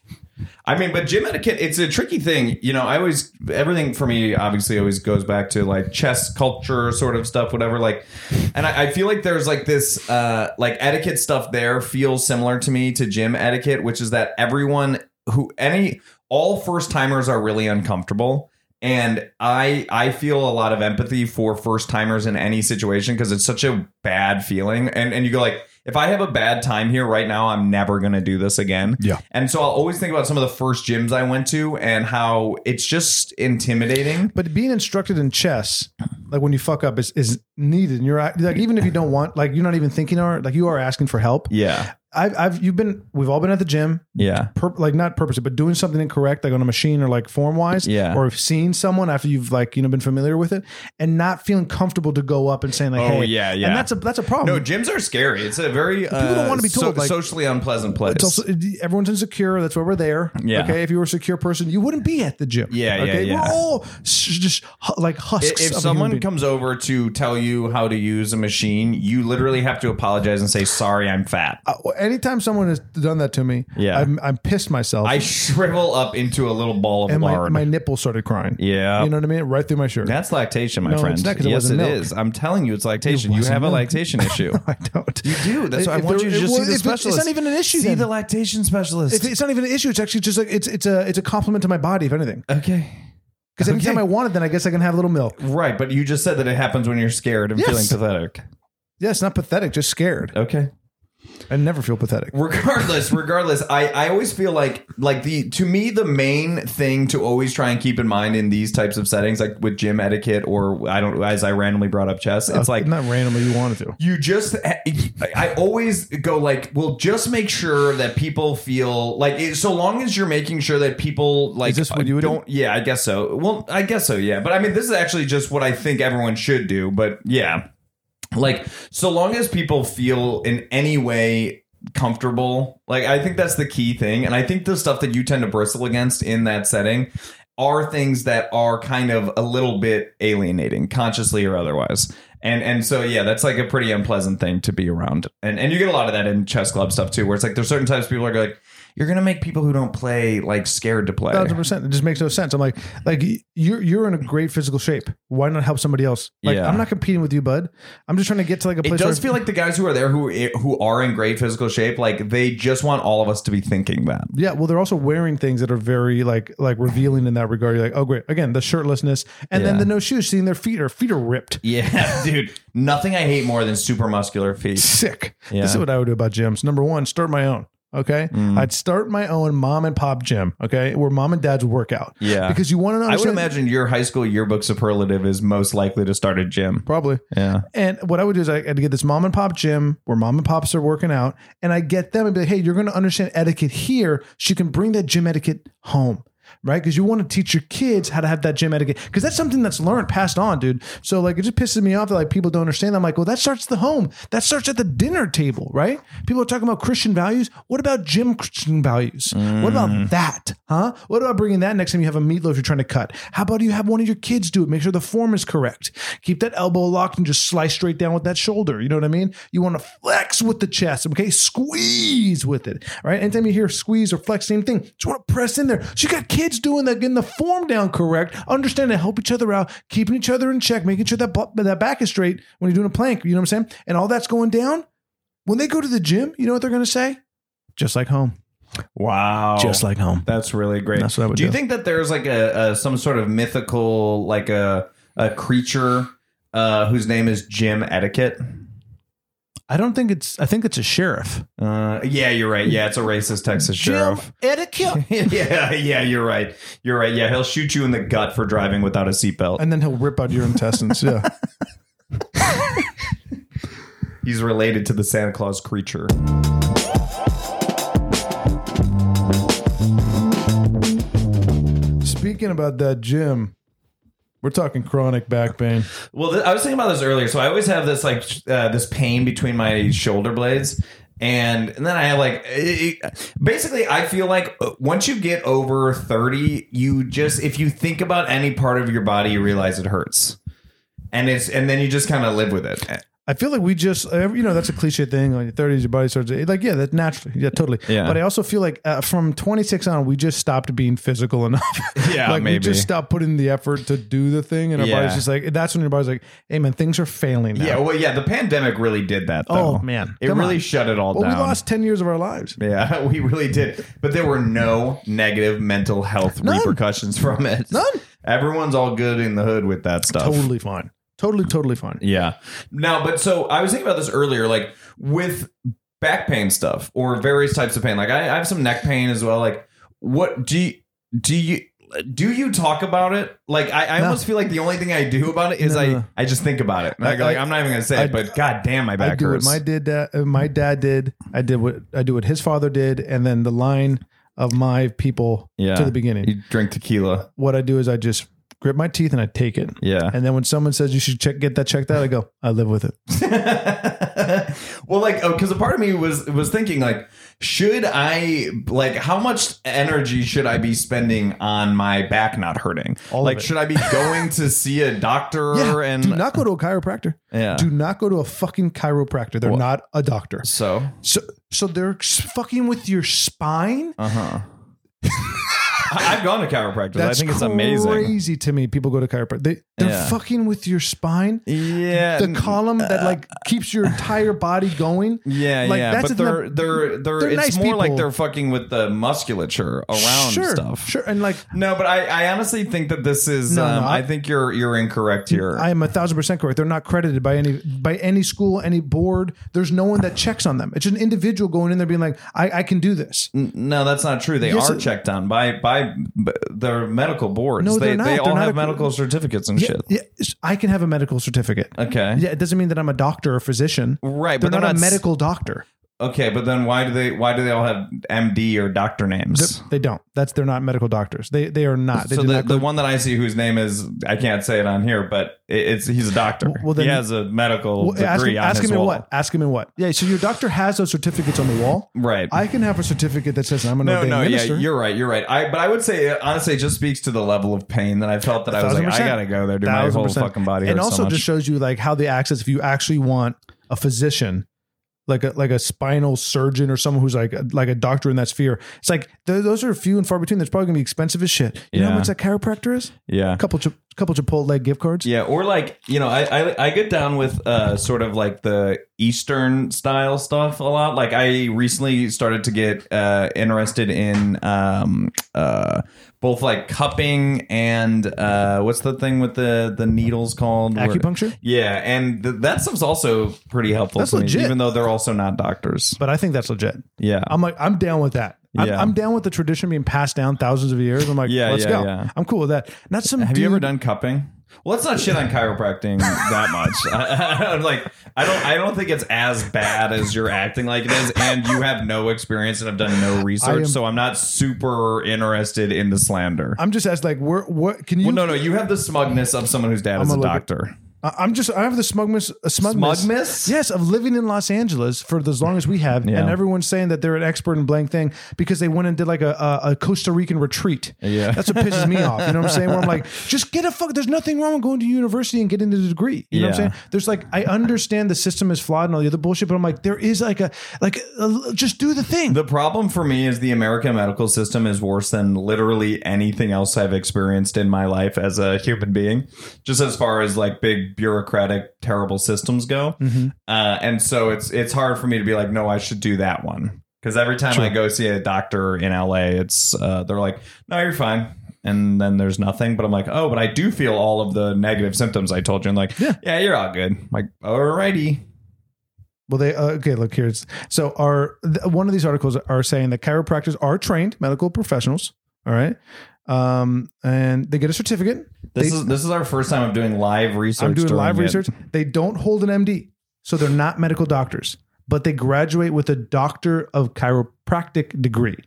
[SPEAKER 3] I mean, but gym etiquette, it's a tricky thing. You know, I always, everything for me obviously always goes back to like chess culture sort of stuff, whatever. Like, and I, I feel like there's like this, uh, like etiquette stuff there feels similar to me to gym etiquette, which is that everyone who, any, all first timers are really uncomfortable. And I, I feel a lot of empathy for first timers in any situation because it's such a bad feeling. And, and you go like, if I have a bad time here right now, I'm never going to do this again.
[SPEAKER 4] Yeah.
[SPEAKER 3] And so I'll always think about some of the first gyms I went to and how it's just intimidating.
[SPEAKER 4] But being instructed in chess, like when you fuck up, is is needed. And you're act- like, even if you don't want, like, you're not even thinking or like you are asking for help.
[SPEAKER 3] Yeah.
[SPEAKER 4] I've, I've, you've been, we've all been at the gym,
[SPEAKER 3] Yeah.
[SPEAKER 4] pur- like not purposely, but doing something incorrect, like on a machine or like form wise,
[SPEAKER 3] Yeah.
[SPEAKER 4] or seeing someone after you've like you know been familiar with it, and not feeling comfortable to go up and saying like,
[SPEAKER 3] Oh,
[SPEAKER 4] hey,
[SPEAKER 3] yeah, yeah.
[SPEAKER 4] and that's a that's a problem.
[SPEAKER 3] No, gyms are scary. It's a very people
[SPEAKER 4] don't wanna be told, like-
[SPEAKER 3] socially unpleasant place.
[SPEAKER 4] it's also everyone's insecure. That's why we're there.
[SPEAKER 3] Yeah.
[SPEAKER 4] Okay. If you were a secure person, you wouldn't be at the gym.
[SPEAKER 3] Yeah, yeah,
[SPEAKER 4] Okay.
[SPEAKER 3] yeah.
[SPEAKER 4] We're all s- just hu- like husks.
[SPEAKER 3] if
[SPEAKER 4] of a human
[SPEAKER 3] someone
[SPEAKER 4] being.
[SPEAKER 3] comes over to tell you how to use a machine, you literally have to apologize and say, "Sorry, I'm fat."
[SPEAKER 4] Uh, anytime someone has done that to me,
[SPEAKER 3] Yeah.
[SPEAKER 4] I'm, I'm pissed myself.
[SPEAKER 3] I shrivel up into a little ball of
[SPEAKER 4] and my,
[SPEAKER 3] lard.
[SPEAKER 4] my nipple started crying.
[SPEAKER 3] yeah,
[SPEAKER 4] You know what I mean? Right through my shirt.
[SPEAKER 3] that's lactation, my
[SPEAKER 4] No,
[SPEAKER 3] friend.
[SPEAKER 4] it's not 'cause it
[SPEAKER 3] yes,
[SPEAKER 4] wasn't
[SPEAKER 3] it
[SPEAKER 4] milk.
[SPEAKER 3] is. I'm telling you, it's lactation. You
[SPEAKER 4] wasn't
[SPEAKER 3] have a
[SPEAKER 4] milk.
[SPEAKER 3] lactation issue.
[SPEAKER 4] I don't.
[SPEAKER 3] You do. That's why I
[SPEAKER 4] If
[SPEAKER 3] want
[SPEAKER 4] there-
[SPEAKER 3] you to just
[SPEAKER 4] well,
[SPEAKER 3] see the
[SPEAKER 4] if it-
[SPEAKER 3] specialist.
[SPEAKER 4] It's not even an issue.
[SPEAKER 3] See
[SPEAKER 4] then.
[SPEAKER 3] the lactation specialist.
[SPEAKER 4] If it's not even an issue. It's actually just like it's it's a it's a compliment to my body, if anything.
[SPEAKER 3] okay.
[SPEAKER 4] Because every time I want it, then I guess I can have a little milk.
[SPEAKER 3] Right, but you just said that it happens when you're scared and
[SPEAKER 4] Yes.
[SPEAKER 3] feeling pathetic.
[SPEAKER 4] Yeah, it's not pathetic, just scared.
[SPEAKER 3] Okay.
[SPEAKER 4] I never feel pathetic.
[SPEAKER 3] regardless regardless I, I always feel like like the to me the main thing to always try and keep in mind in these types of settings like with gym etiquette or i don't as i randomly brought up chess it's like
[SPEAKER 4] not randomly you wanted to.
[SPEAKER 3] you just i always go like well just make sure that people feel like it, so long as you're making sure that people like uh,
[SPEAKER 4] Is this what you would do?
[SPEAKER 3] don't yeah i guess so well i guess so yeah but i mean this is actually just what i think everyone should do but yeah like so long as people feel in any way comfortable like i think that's the key thing and i think the stuff that you tend to bristle against in that setting are things that are kind of a little bit alienating consciously or otherwise and and so yeah that's like a pretty unpleasant thing to be around and and you get a lot of that in chess club stuff too where it's like there's certain types of people are like you're gonna make people who don't play like scared to play
[SPEAKER 4] Thousand percent. It just makes no sense. I'm like, like y- you're you're in a great physical shape. Why not help somebody else? Like
[SPEAKER 3] Yeah.
[SPEAKER 4] I'm not competing with you, bud. I'm just trying to get to like a
[SPEAKER 3] it
[SPEAKER 4] place.
[SPEAKER 3] does
[SPEAKER 4] where,
[SPEAKER 3] feel like the guys who are there who eh, who are in great physical shape like they just want all of us to be thinking that
[SPEAKER 4] yeah. Well, they're also wearing things that are very like like revealing in that regard. You're like, oh great. Again, the shirtlessness, and then
[SPEAKER 3] Yeah.
[SPEAKER 4] the no shoes. Seeing their feet, or feet are ripped.
[SPEAKER 3] Yeah, dude. Nothing I hate more than super muscular feet.
[SPEAKER 4] Sick.
[SPEAKER 3] Yeah. Mm.
[SPEAKER 4] This is what I would do about gyms. Number one, start my own. Okay, I'd start my own mom and pop gym. Okay, where mom and dad's workout.
[SPEAKER 3] Yeah.
[SPEAKER 4] because you want to know.
[SPEAKER 3] I would imagine your high school yearbook superlative is most likely to start a gym.
[SPEAKER 4] probably.
[SPEAKER 3] Yeah.
[SPEAKER 4] And what I would do is I had to get this mom and pop gym where mom and pops are working out, and I get them and be like, "Hey, you're going to understand etiquette here. She can bring that gym etiquette home." Right, because you want to teach your kids how to have that gym etiquette, because that's something that's learned, passed on, dude. So like, it just pisses me off that like people don't understand. I'm like, well, that starts at the home, that starts at the dinner table, right? People are talking about Christian values. What about gym Christian values? What about that, huh? What about bringing that next time you have a meatloaf you're trying to cut? How about you have one of your kids do it? Make sure the form is correct. Keep that elbow locked and just slice straight down with that shoulder. You know what I mean? You want to flex with the chest, okay? Squeeze with it, all right? Anytime you hear squeeze or flex, same thing. Just want to press in there. So you got kids doing that, getting the form down correct, understanding, help each other out, keeping each other in check, making sure that bu- that back is straight when you're doing a plank. You know what I'm saying? And all that's going down. When they go to the gym, you know what they're going to say? Just like home.
[SPEAKER 3] Wow.
[SPEAKER 4] Just like home.
[SPEAKER 3] that's really great.
[SPEAKER 4] That's what I would
[SPEAKER 3] do you
[SPEAKER 4] do.
[SPEAKER 3] think that there's like a, a some sort of mythical like a a creature uh, whose name is Jim Etiquette?
[SPEAKER 4] I don't think it's. I think it's a sheriff.
[SPEAKER 3] Uh, yeah, you're right. Yeah, it's a racist Texas sheriff.
[SPEAKER 4] Jim etiquette.
[SPEAKER 3] yeah, yeah, you're right. You're right. Yeah, he'll shoot you in the gut for driving without a seatbelt.
[SPEAKER 4] and then he'll rip out your intestines. Yeah.
[SPEAKER 3] He's related to the Santa Claus creature.
[SPEAKER 4] Speaking about that gym, we're talking chronic back pain.
[SPEAKER 3] Well, th- I was thinking about this earlier. So I always have this like sh- uh, this pain between my shoulder blades, and and then I have like it- it- basically I feel like uh, once you get over thirty, you just if you think about any part of your body, you realize it hurts, and it's and then you just kind of live with it. Eh,
[SPEAKER 4] I feel like we just, uh, you know, that's a cliche thing. On your thirties, your body starts to- like, yeah, that's naturally, yeah, totally.
[SPEAKER 3] Yeah.
[SPEAKER 4] But I also feel like uh, from twenty six on, we just stopped being physical enough.
[SPEAKER 3] Yeah,
[SPEAKER 4] like we
[SPEAKER 3] maybe.
[SPEAKER 4] just stopped putting the effort to do the thing, and our
[SPEAKER 3] Yeah.
[SPEAKER 4] body's just like, that's when your body's like, hey man, things are failing now.
[SPEAKER 3] Yeah, well, yeah, the pandemic really did that. Though.
[SPEAKER 4] Oh, man.
[SPEAKER 3] it
[SPEAKER 4] Come
[SPEAKER 3] really
[SPEAKER 4] on.
[SPEAKER 3] shut it all
[SPEAKER 4] well,
[SPEAKER 3] down.
[SPEAKER 4] we lost ten years of our lives.
[SPEAKER 3] yeah, we really did. But there were no negative mental health
[SPEAKER 4] None.
[SPEAKER 3] repercussions from it.
[SPEAKER 4] None.
[SPEAKER 3] Everyone's all good in the hood with that stuff.
[SPEAKER 4] Totally fine. Totally, totally fine.
[SPEAKER 3] Yeah. Now, but so I was thinking about this earlier, like with back pain stuff or various types of pain. Like I, I have some neck pain as well. Like, what do you, do you do you talk about it? Like I, I
[SPEAKER 4] No.
[SPEAKER 3] almost feel like the only thing I do about it is
[SPEAKER 4] No,
[SPEAKER 3] I,
[SPEAKER 4] no, no.
[SPEAKER 3] I just think about it. And I,
[SPEAKER 4] I-
[SPEAKER 3] go like
[SPEAKER 4] I-
[SPEAKER 3] I'm not even gonna say
[SPEAKER 4] I-
[SPEAKER 3] it, but god damn my
[SPEAKER 4] I
[SPEAKER 3] back
[SPEAKER 4] do what
[SPEAKER 3] hurts.
[SPEAKER 4] my did da- uh, my dad did. I did what I do what his father did, and then the line of my people
[SPEAKER 3] yeah.
[SPEAKER 4] to the beginning.
[SPEAKER 3] You drink tequila.
[SPEAKER 4] what I do is I just grip my teeth and I take it.
[SPEAKER 3] Yeah.
[SPEAKER 4] And then when someone says you should check get that checked out, I go, I live with it.
[SPEAKER 3] well, like, because a part of me was was thinking, like, should I like how much energy should I be spending on my back not hurting?
[SPEAKER 4] All of
[SPEAKER 3] like,
[SPEAKER 4] it.
[SPEAKER 3] should I be going to see a doctor and
[SPEAKER 4] do not go to a chiropractor.
[SPEAKER 3] yeah?
[SPEAKER 4] Do not go to a fucking chiropractor. They're
[SPEAKER 3] Well-
[SPEAKER 4] not a doctor.
[SPEAKER 3] so,
[SPEAKER 4] So so they're s- fucking with your spine.
[SPEAKER 3] uh huh. I've gone to chiropractors. I
[SPEAKER 4] That's
[SPEAKER 3] think it's amazing.
[SPEAKER 4] Crazy to me. People go to chiropractor. They they're
[SPEAKER 3] Yeah.
[SPEAKER 4] fucking with your spine.
[SPEAKER 3] Yeah,
[SPEAKER 4] The column that like keeps your entire body going.
[SPEAKER 3] uh, Yeah,
[SPEAKER 4] Like,
[SPEAKER 3] yeah, but
[SPEAKER 4] that's in the-
[SPEAKER 3] they're, they're they're
[SPEAKER 4] they're
[SPEAKER 3] it's
[SPEAKER 4] nice
[SPEAKER 3] more like
[SPEAKER 4] people.
[SPEAKER 3] they're fucking with the musculature around
[SPEAKER 4] sure,
[SPEAKER 3] stuff.
[SPEAKER 4] Sure. And like
[SPEAKER 3] No, but I, I honestly think that this is.
[SPEAKER 4] No,
[SPEAKER 3] um,
[SPEAKER 4] no,
[SPEAKER 3] I,
[SPEAKER 4] I-
[SPEAKER 3] think you're you're incorrect here.
[SPEAKER 4] I am a thousand percent correct. They're not credited by any by any school, any board. There's no one that checks on them. It's an individual going in there being like, I, I can do this.
[SPEAKER 3] N- no, that's not true. They
[SPEAKER 4] Yes,
[SPEAKER 3] are
[SPEAKER 4] it-
[SPEAKER 3] checked on by by b- their medical boards.
[SPEAKER 4] No,
[SPEAKER 3] they
[SPEAKER 4] they're not.
[SPEAKER 3] they all
[SPEAKER 4] They're not
[SPEAKER 3] have
[SPEAKER 4] a-
[SPEAKER 3] medical certificates and shit.
[SPEAKER 4] Yeah, I can have a medical certificate.
[SPEAKER 3] Okay.
[SPEAKER 4] Yeah, it doesn't mean that I'm a doctor or physician.
[SPEAKER 3] Right,
[SPEAKER 4] They're
[SPEAKER 3] but
[SPEAKER 4] not, a
[SPEAKER 3] s-
[SPEAKER 4] medical doctor.
[SPEAKER 3] Okay, but then why do they why do they all have MD or doctor names?
[SPEAKER 4] They don't. That's they're not medical doctors. They they are not. They
[SPEAKER 3] so
[SPEAKER 4] do
[SPEAKER 3] the,
[SPEAKER 4] not
[SPEAKER 3] the
[SPEAKER 4] go-
[SPEAKER 3] one that I see whose name is I can't say it on here, but it- it's he's a doctor.
[SPEAKER 4] well, then-
[SPEAKER 3] he has a medical
[SPEAKER 4] Well,
[SPEAKER 3] degree
[SPEAKER 4] ask him,
[SPEAKER 3] on
[SPEAKER 4] ask
[SPEAKER 3] his
[SPEAKER 4] him in
[SPEAKER 3] wall.
[SPEAKER 4] what? Ask him in what? Yeah. So your doctor has those certificates on the wall.
[SPEAKER 3] Right.
[SPEAKER 4] I can have a certificate that says I'm an
[SPEAKER 3] no,
[SPEAKER 4] ordained
[SPEAKER 3] no,
[SPEAKER 4] minister.
[SPEAKER 3] yeah, you're right, you're right. I, but I would say, it honestly, it just speaks to the level of pain that I felt that I was like,
[SPEAKER 4] Thousand
[SPEAKER 3] I
[SPEAKER 4] percent.
[SPEAKER 3] gotta go there, do my
[SPEAKER 4] Thousand
[SPEAKER 3] whole
[SPEAKER 4] percent.
[SPEAKER 3] fucking body,
[SPEAKER 4] and
[SPEAKER 3] hurts so
[SPEAKER 4] also
[SPEAKER 3] much.
[SPEAKER 4] just shows you like how the access if you actually want a physician like a like a spinal surgeon or someone who's like like a doctor in that sphere it's like th- those are few and far between that's probably gonna be expensive as shit you know
[SPEAKER 3] Yeah.
[SPEAKER 4] how much that chiropractor is
[SPEAKER 3] yeah,
[SPEAKER 4] a couple chi- couple chipotle gift cards
[SPEAKER 3] Yeah, or like you know, I, I I get down with uh sort of like the Eastern style stuff a lot. Like I recently started to get uh interested in um uh both like cupping and uh what's the thing with the the needles called Where-
[SPEAKER 4] acupuncture
[SPEAKER 3] Yeah, and th- that stuff's also pretty helpful.
[SPEAKER 4] That's
[SPEAKER 3] to me,
[SPEAKER 4] legit.
[SPEAKER 3] even though they're also not doctors.
[SPEAKER 4] but i think that's legit
[SPEAKER 3] Yeah,
[SPEAKER 4] i'm like i'm down with that I'm,
[SPEAKER 3] Yeah.
[SPEAKER 4] I'm down with the tradition being passed down thousands of years i'm like
[SPEAKER 3] Yeah,
[SPEAKER 4] let's
[SPEAKER 3] yeah,
[SPEAKER 4] go
[SPEAKER 3] yeah.
[SPEAKER 4] i'm cool with that not some
[SPEAKER 3] Have you
[SPEAKER 4] dude-
[SPEAKER 3] ever done cupping? Well, let's not shit on chiropractic that much. I, am like, I don't, I don't think it's as bad as you're acting like it is, and you have no experience and have done no research,
[SPEAKER 4] am-
[SPEAKER 3] so I'm not super interested in the slander.
[SPEAKER 4] i'm just asked like where what can you
[SPEAKER 3] well, no, no, you have the smugness of someone whose dad is
[SPEAKER 4] a
[SPEAKER 3] a
[SPEAKER 4] little bit-
[SPEAKER 3] doctor.
[SPEAKER 4] I- I'm just I have the smugness, uh, smugness,
[SPEAKER 3] Smugness?
[SPEAKER 4] Yes, of living in Los Angeles for as long as we have,
[SPEAKER 3] Yeah.
[SPEAKER 4] and everyone's saying that they're an expert in blank thing because they went and did like a, a, a Costa Rican retreat.
[SPEAKER 3] Yeah.
[SPEAKER 4] that's what pisses me off. You know what I'm saying? Where I'm like, just get a fuck. There's nothing wrong with going to university and getting the degree. You know what I'm
[SPEAKER 3] Yeah.
[SPEAKER 4] saying? There's like I understand the system is flawed and all the other bullshit, but I'm like, there is like a like a, just do the thing.
[SPEAKER 3] The problem for me is the American medical system is worse than literally anything else I've experienced in my life as a human being, just as far as like big bureaucratic, terrible systems go.
[SPEAKER 4] Mm-hmm.
[SPEAKER 3] Uh, and so it's it's hard for me to be like, no, I should do that one because every time I go see a doctor in LA, it's uh, they're like, no, you're fine. And then there's nothing, but I'm like, oh, but I do feel all of the negative symptoms I told you. And like, yeah, you're all good. I'm like, alrighty,
[SPEAKER 4] Well, they uh, okay. Look here's so our th- one of these articles are saying that chiropractors are trained medical professionals. All right, um, and they get a certificate.
[SPEAKER 3] this
[SPEAKER 4] They-
[SPEAKER 3] is this is our first time of doing live research.
[SPEAKER 4] I'm doing
[SPEAKER 3] during
[SPEAKER 4] live
[SPEAKER 3] it.
[SPEAKER 4] research. They don't hold an MD, so they're not medical doctors, but they graduate with a doctor of chiropractic degree.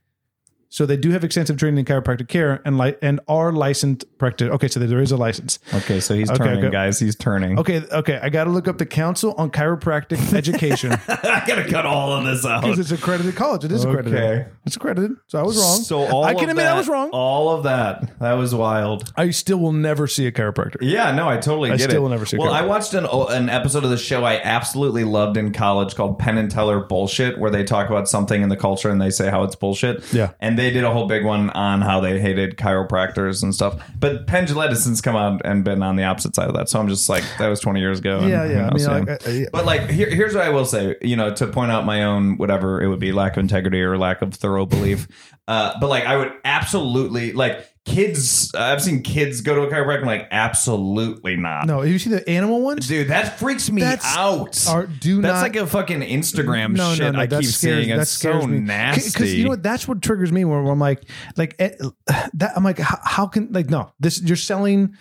[SPEAKER 4] So they do have extensive training in chiropractic care and li- and are licensed practitioners. Okay, so there is a license.
[SPEAKER 3] Okay, so he's
[SPEAKER 4] Okay,
[SPEAKER 3] turning,
[SPEAKER 4] okay.
[SPEAKER 3] guys. He's turning.
[SPEAKER 4] Okay, okay, I got to look up the Council on Chiropractic Education
[SPEAKER 3] I gotta cut all of this out.
[SPEAKER 4] because it's accredited college. It is accredited.
[SPEAKER 3] Okay.
[SPEAKER 4] It's accredited. So I was wrong.
[SPEAKER 3] So all
[SPEAKER 4] I can
[SPEAKER 3] of
[SPEAKER 4] admit
[SPEAKER 3] that,
[SPEAKER 4] I was wrong.
[SPEAKER 3] All of that. That was wild.
[SPEAKER 4] I still will never see a chiropractor.
[SPEAKER 3] Yeah, no, I totally
[SPEAKER 4] I
[SPEAKER 3] get
[SPEAKER 4] still
[SPEAKER 3] it.
[SPEAKER 4] will never see a
[SPEAKER 3] well,
[SPEAKER 4] good
[SPEAKER 3] I
[SPEAKER 4] one.
[SPEAKER 3] watched an oh, an episode of the show I absolutely loved in college called Penn and Teller Bullshit, where they talk about something in the culture and they say how it's bullshit.
[SPEAKER 4] Yeah.
[SPEAKER 3] and they did a whole big one on how they hated chiropractors and stuff. But Penn Jillette has since come out and been on the opposite side of that. So I'm just like, that was 20 years ago. and
[SPEAKER 4] Yeah,
[SPEAKER 3] who
[SPEAKER 4] yeah. I
[SPEAKER 3] knows,
[SPEAKER 4] mean,
[SPEAKER 3] yeah.
[SPEAKER 4] like, I- I-
[SPEAKER 3] But like, here, here's what I will say. You know, to point out my own whatever it would be lack of integrity or lack of thorough belief. Uh, but like, I would absolutely like kids. I've seen kids go to a chiropractor. and like, absolutely not.
[SPEAKER 4] No, you see the animal ones?
[SPEAKER 3] Dude, that freaks me
[SPEAKER 4] That's-
[SPEAKER 3] out.
[SPEAKER 4] Are, do
[SPEAKER 3] that's
[SPEAKER 4] not,
[SPEAKER 3] like a fucking Instagram shit I
[SPEAKER 4] that
[SPEAKER 3] keep
[SPEAKER 4] scares-
[SPEAKER 3] seeing. It's so nasty.
[SPEAKER 4] Because you know what? That's what triggers me. Where, where I'm like, like eh, that. I'm like, how, how can like no? This you're selling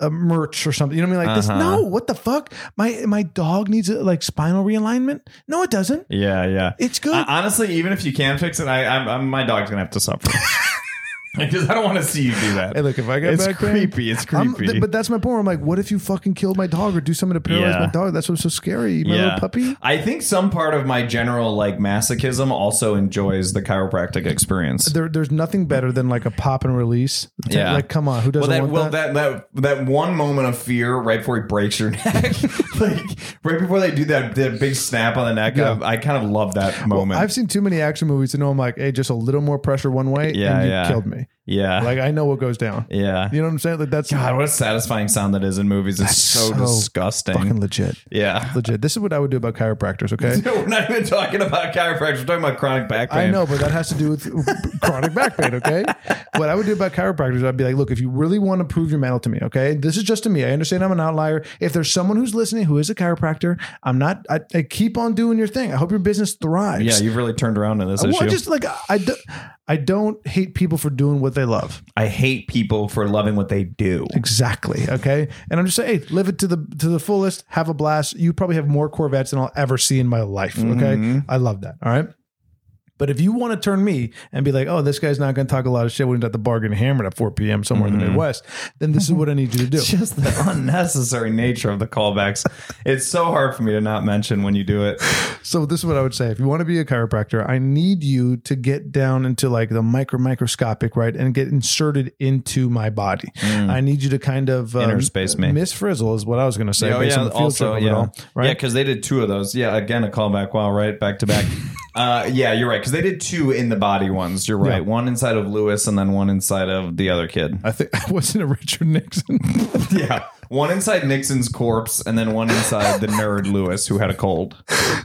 [SPEAKER 4] a merch or something. You know what I mean? Like this.
[SPEAKER 3] Uh-huh.
[SPEAKER 4] No, what the fuck? My my dog needs a, like spinal realignment. No, it doesn't.
[SPEAKER 3] Yeah, yeah.
[SPEAKER 4] It's good.
[SPEAKER 3] Uh, honestly, even if you can fix it, I, I'm, I'm my dog's gonna have to suffer because I don't want to see you do that.
[SPEAKER 4] Hey, look, if I got
[SPEAKER 3] it's
[SPEAKER 4] back pain,
[SPEAKER 3] creepy. It's
[SPEAKER 4] I'm-
[SPEAKER 3] creepy.
[SPEAKER 4] th- but that's my point. I'm like, what if you fucking killed my dog or do something to paralyze
[SPEAKER 3] Yeah.
[SPEAKER 4] my dog? That's what's so scary. My little puppy.
[SPEAKER 3] I think some part of my general like masochism also enjoys the chiropractic experience.
[SPEAKER 4] There, there's nothing better than like a pop and release.
[SPEAKER 3] Yeah.
[SPEAKER 4] Like, come on, who
[SPEAKER 3] Well,
[SPEAKER 4] doesn't
[SPEAKER 3] that,
[SPEAKER 4] want
[SPEAKER 3] well
[SPEAKER 4] that?
[SPEAKER 3] that? that that one moment of fear right before he breaks your neck, like right before they do that, that big snap on the neck.
[SPEAKER 4] Yeah.
[SPEAKER 3] I, I kind of love that
[SPEAKER 4] Well,
[SPEAKER 3] moment.
[SPEAKER 4] I've seen too many action movies to know I'm like, hey, just a little more pressure one way,
[SPEAKER 3] Yeah,
[SPEAKER 4] and you
[SPEAKER 3] yeah.
[SPEAKER 4] killed me.
[SPEAKER 3] yeah,
[SPEAKER 4] Like I know what goes down.
[SPEAKER 3] yeah.
[SPEAKER 4] You know what I'm saying? Like that's
[SPEAKER 3] God, what a satisfying sound that is in movies. It's so,
[SPEAKER 4] so
[SPEAKER 3] disgusting.
[SPEAKER 4] fucking legit.
[SPEAKER 3] yeah.
[SPEAKER 4] Legit. This is what I would do about chiropractors. Okay.
[SPEAKER 3] We're not even talking about chiropractors. We're talking about chronic back pain.
[SPEAKER 4] I know, but that has to do with chronic back pain. Okay. What I would do about chiropractors, I'd be like, look, if you really want to prove your mental to me, okay, this is just to me. I understand I'm an outlier. If there's someone who's listening who is a chiropractor, I'm not. I, I keep on doing your thing. I hope your business thrives.
[SPEAKER 3] Yeah, you've really turned around on this
[SPEAKER 4] Well, I
[SPEAKER 3] issue.
[SPEAKER 4] just like I, do, I don't hate people for doing what they love.
[SPEAKER 3] I hate people for loving what they do.
[SPEAKER 4] Exactly. Okay. And I'm just saying, hey, live it to the to the fullest. Have a blast. You probably have more Corvettes than I'll ever see in my life. Okay.
[SPEAKER 3] Mm-hmm.
[SPEAKER 4] I love that. All right. But if you want to turn me and be like, oh, this guy's not going to talk a lot of shit when he's at the bar getting hammered at 4 p.m. somewhere
[SPEAKER 3] Mm-hmm.
[SPEAKER 4] in the Midwest, then this is what I need you to do.
[SPEAKER 3] Just the unnecessary nature of the callbacks. It's so hard for me to not mention when you do it.
[SPEAKER 4] So this is what I would say. If you want to be a chiropractor, I need you to get down into like the micro microscopic, right? And get inserted into my body. I need you to kind of um,
[SPEAKER 3] Interspace Mm. me. Oh,
[SPEAKER 4] Miss Frizzle is what I was going to say based on the field trip of it all,
[SPEAKER 3] Yeah,
[SPEAKER 4] right?
[SPEAKER 3] because they did two of those. Yeah, again, a callback. Wow, right back to back. Uh, yeah, you're right. Because they did two in the body ones. You're right.
[SPEAKER 4] Yeah.
[SPEAKER 3] One inside of Lewis, and then one inside of the other kid.
[SPEAKER 4] I think I wasn't a Richard Nixon.
[SPEAKER 3] Yeah, one inside Nixon's corpse, and then one inside the nerd Lewis who had a cold.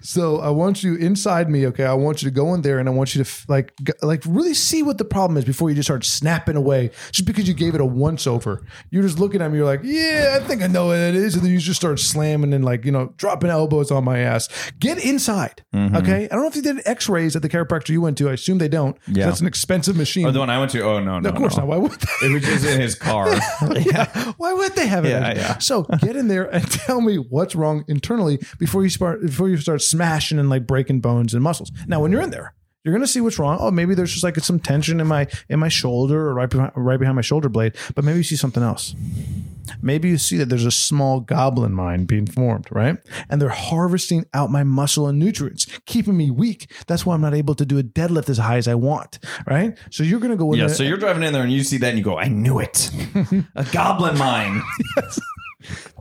[SPEAKER 4] so I want you inside me, okay? I want you to go in there and I want you to f- like g- like really see what the problem is before you just start snapping away just because you gave it a once over. You're just looking at me, you're like, "Yeah, I think I know what it is." And then you just start slamming and like, you know, dropping elbows on my ass. Get inside. Okay? I don't know if they did x-rays at the chiropractor you went to. I assume they don't. 'cause
[SPEAKER 3] Yeah.
[SPEAKER 4] That's an expensive machine.
[SPEAKER 3] Or the one I went to. Oh no, no,
[SPEAKER 4] of course
[SPEAKER 3] no.
[SPEAKER 4] not. Why would they?
[SPEAKER 3] It was just in his car.
[SPEAKER 4] yeah. Why would they have it?
[SPEAKER 3] Yeah, yeah.
[SPEAKER 4] So get in there and tell me what's wrong internally before you start before you start smashing and like breaking bones and muscles. Now, when you're in there, you're gonna see what's wrong. Oh, maybe there's just like some tension in my in my shoulder or right behind, right behind my shoulder blade. But maybe you see something else. Maybe you see that there's a small goblin mine being formed, right? And they're harvesting out my muscle and nutrients, keeping me weak. That's why I'm not able to do a deadlift as high as I want, right? So you're gonna go in
[SPEAKER 3] yeah.
[SPEAKER 4] there.
[SPEAKER 3] So you're driving in there and you see that and you go, "I knew it. A goblin mine."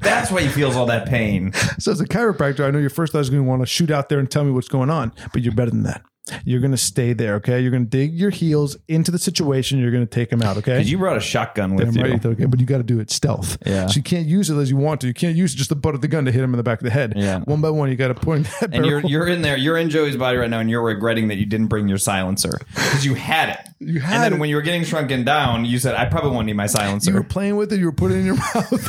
[SPEAKER 3] That's why he feels all that pain.
[SPEAKER 4] So as a chiropractor, I know your first thought is going to want to shoot out there and tell me what's going on, but you're better than that. You're going to stay there, okay? You're going to dig your heels into the situation. You're going to take them out, okay?
[SPEAKER 3] You brought a shotgun with
[SPEAKER 4] I'm
[SPEAKER 3] you.
[SPEAKER 4] ready to, okay, but you got to do it stealth.
[SPEAKER 3] Yeah.
[SPEAKER 4] So you can't use it as you want to. You can't use just the butt of the gun to hit him in the back of the head.
[SPEAKER 3] Yeah.
[SPEAKER 4] One by one, you got to point that.
[SPEAKER 3] And
[SPEAKER 4] barrel-
[SPEAKER 3] you're you're in there. You're in Joey's body right now, and you're regretting that you didn't bring your silencer because you had it. You
[SPEAKER 4] had
[SPEAKER 3] And then
[SPEAKER 4] it.
[SPEAKER 3] when you were getting shrunken down, you said, "I probably won't need my silencer."
[SPEAKER 4] you were playing with it. You were putting it in your mouth,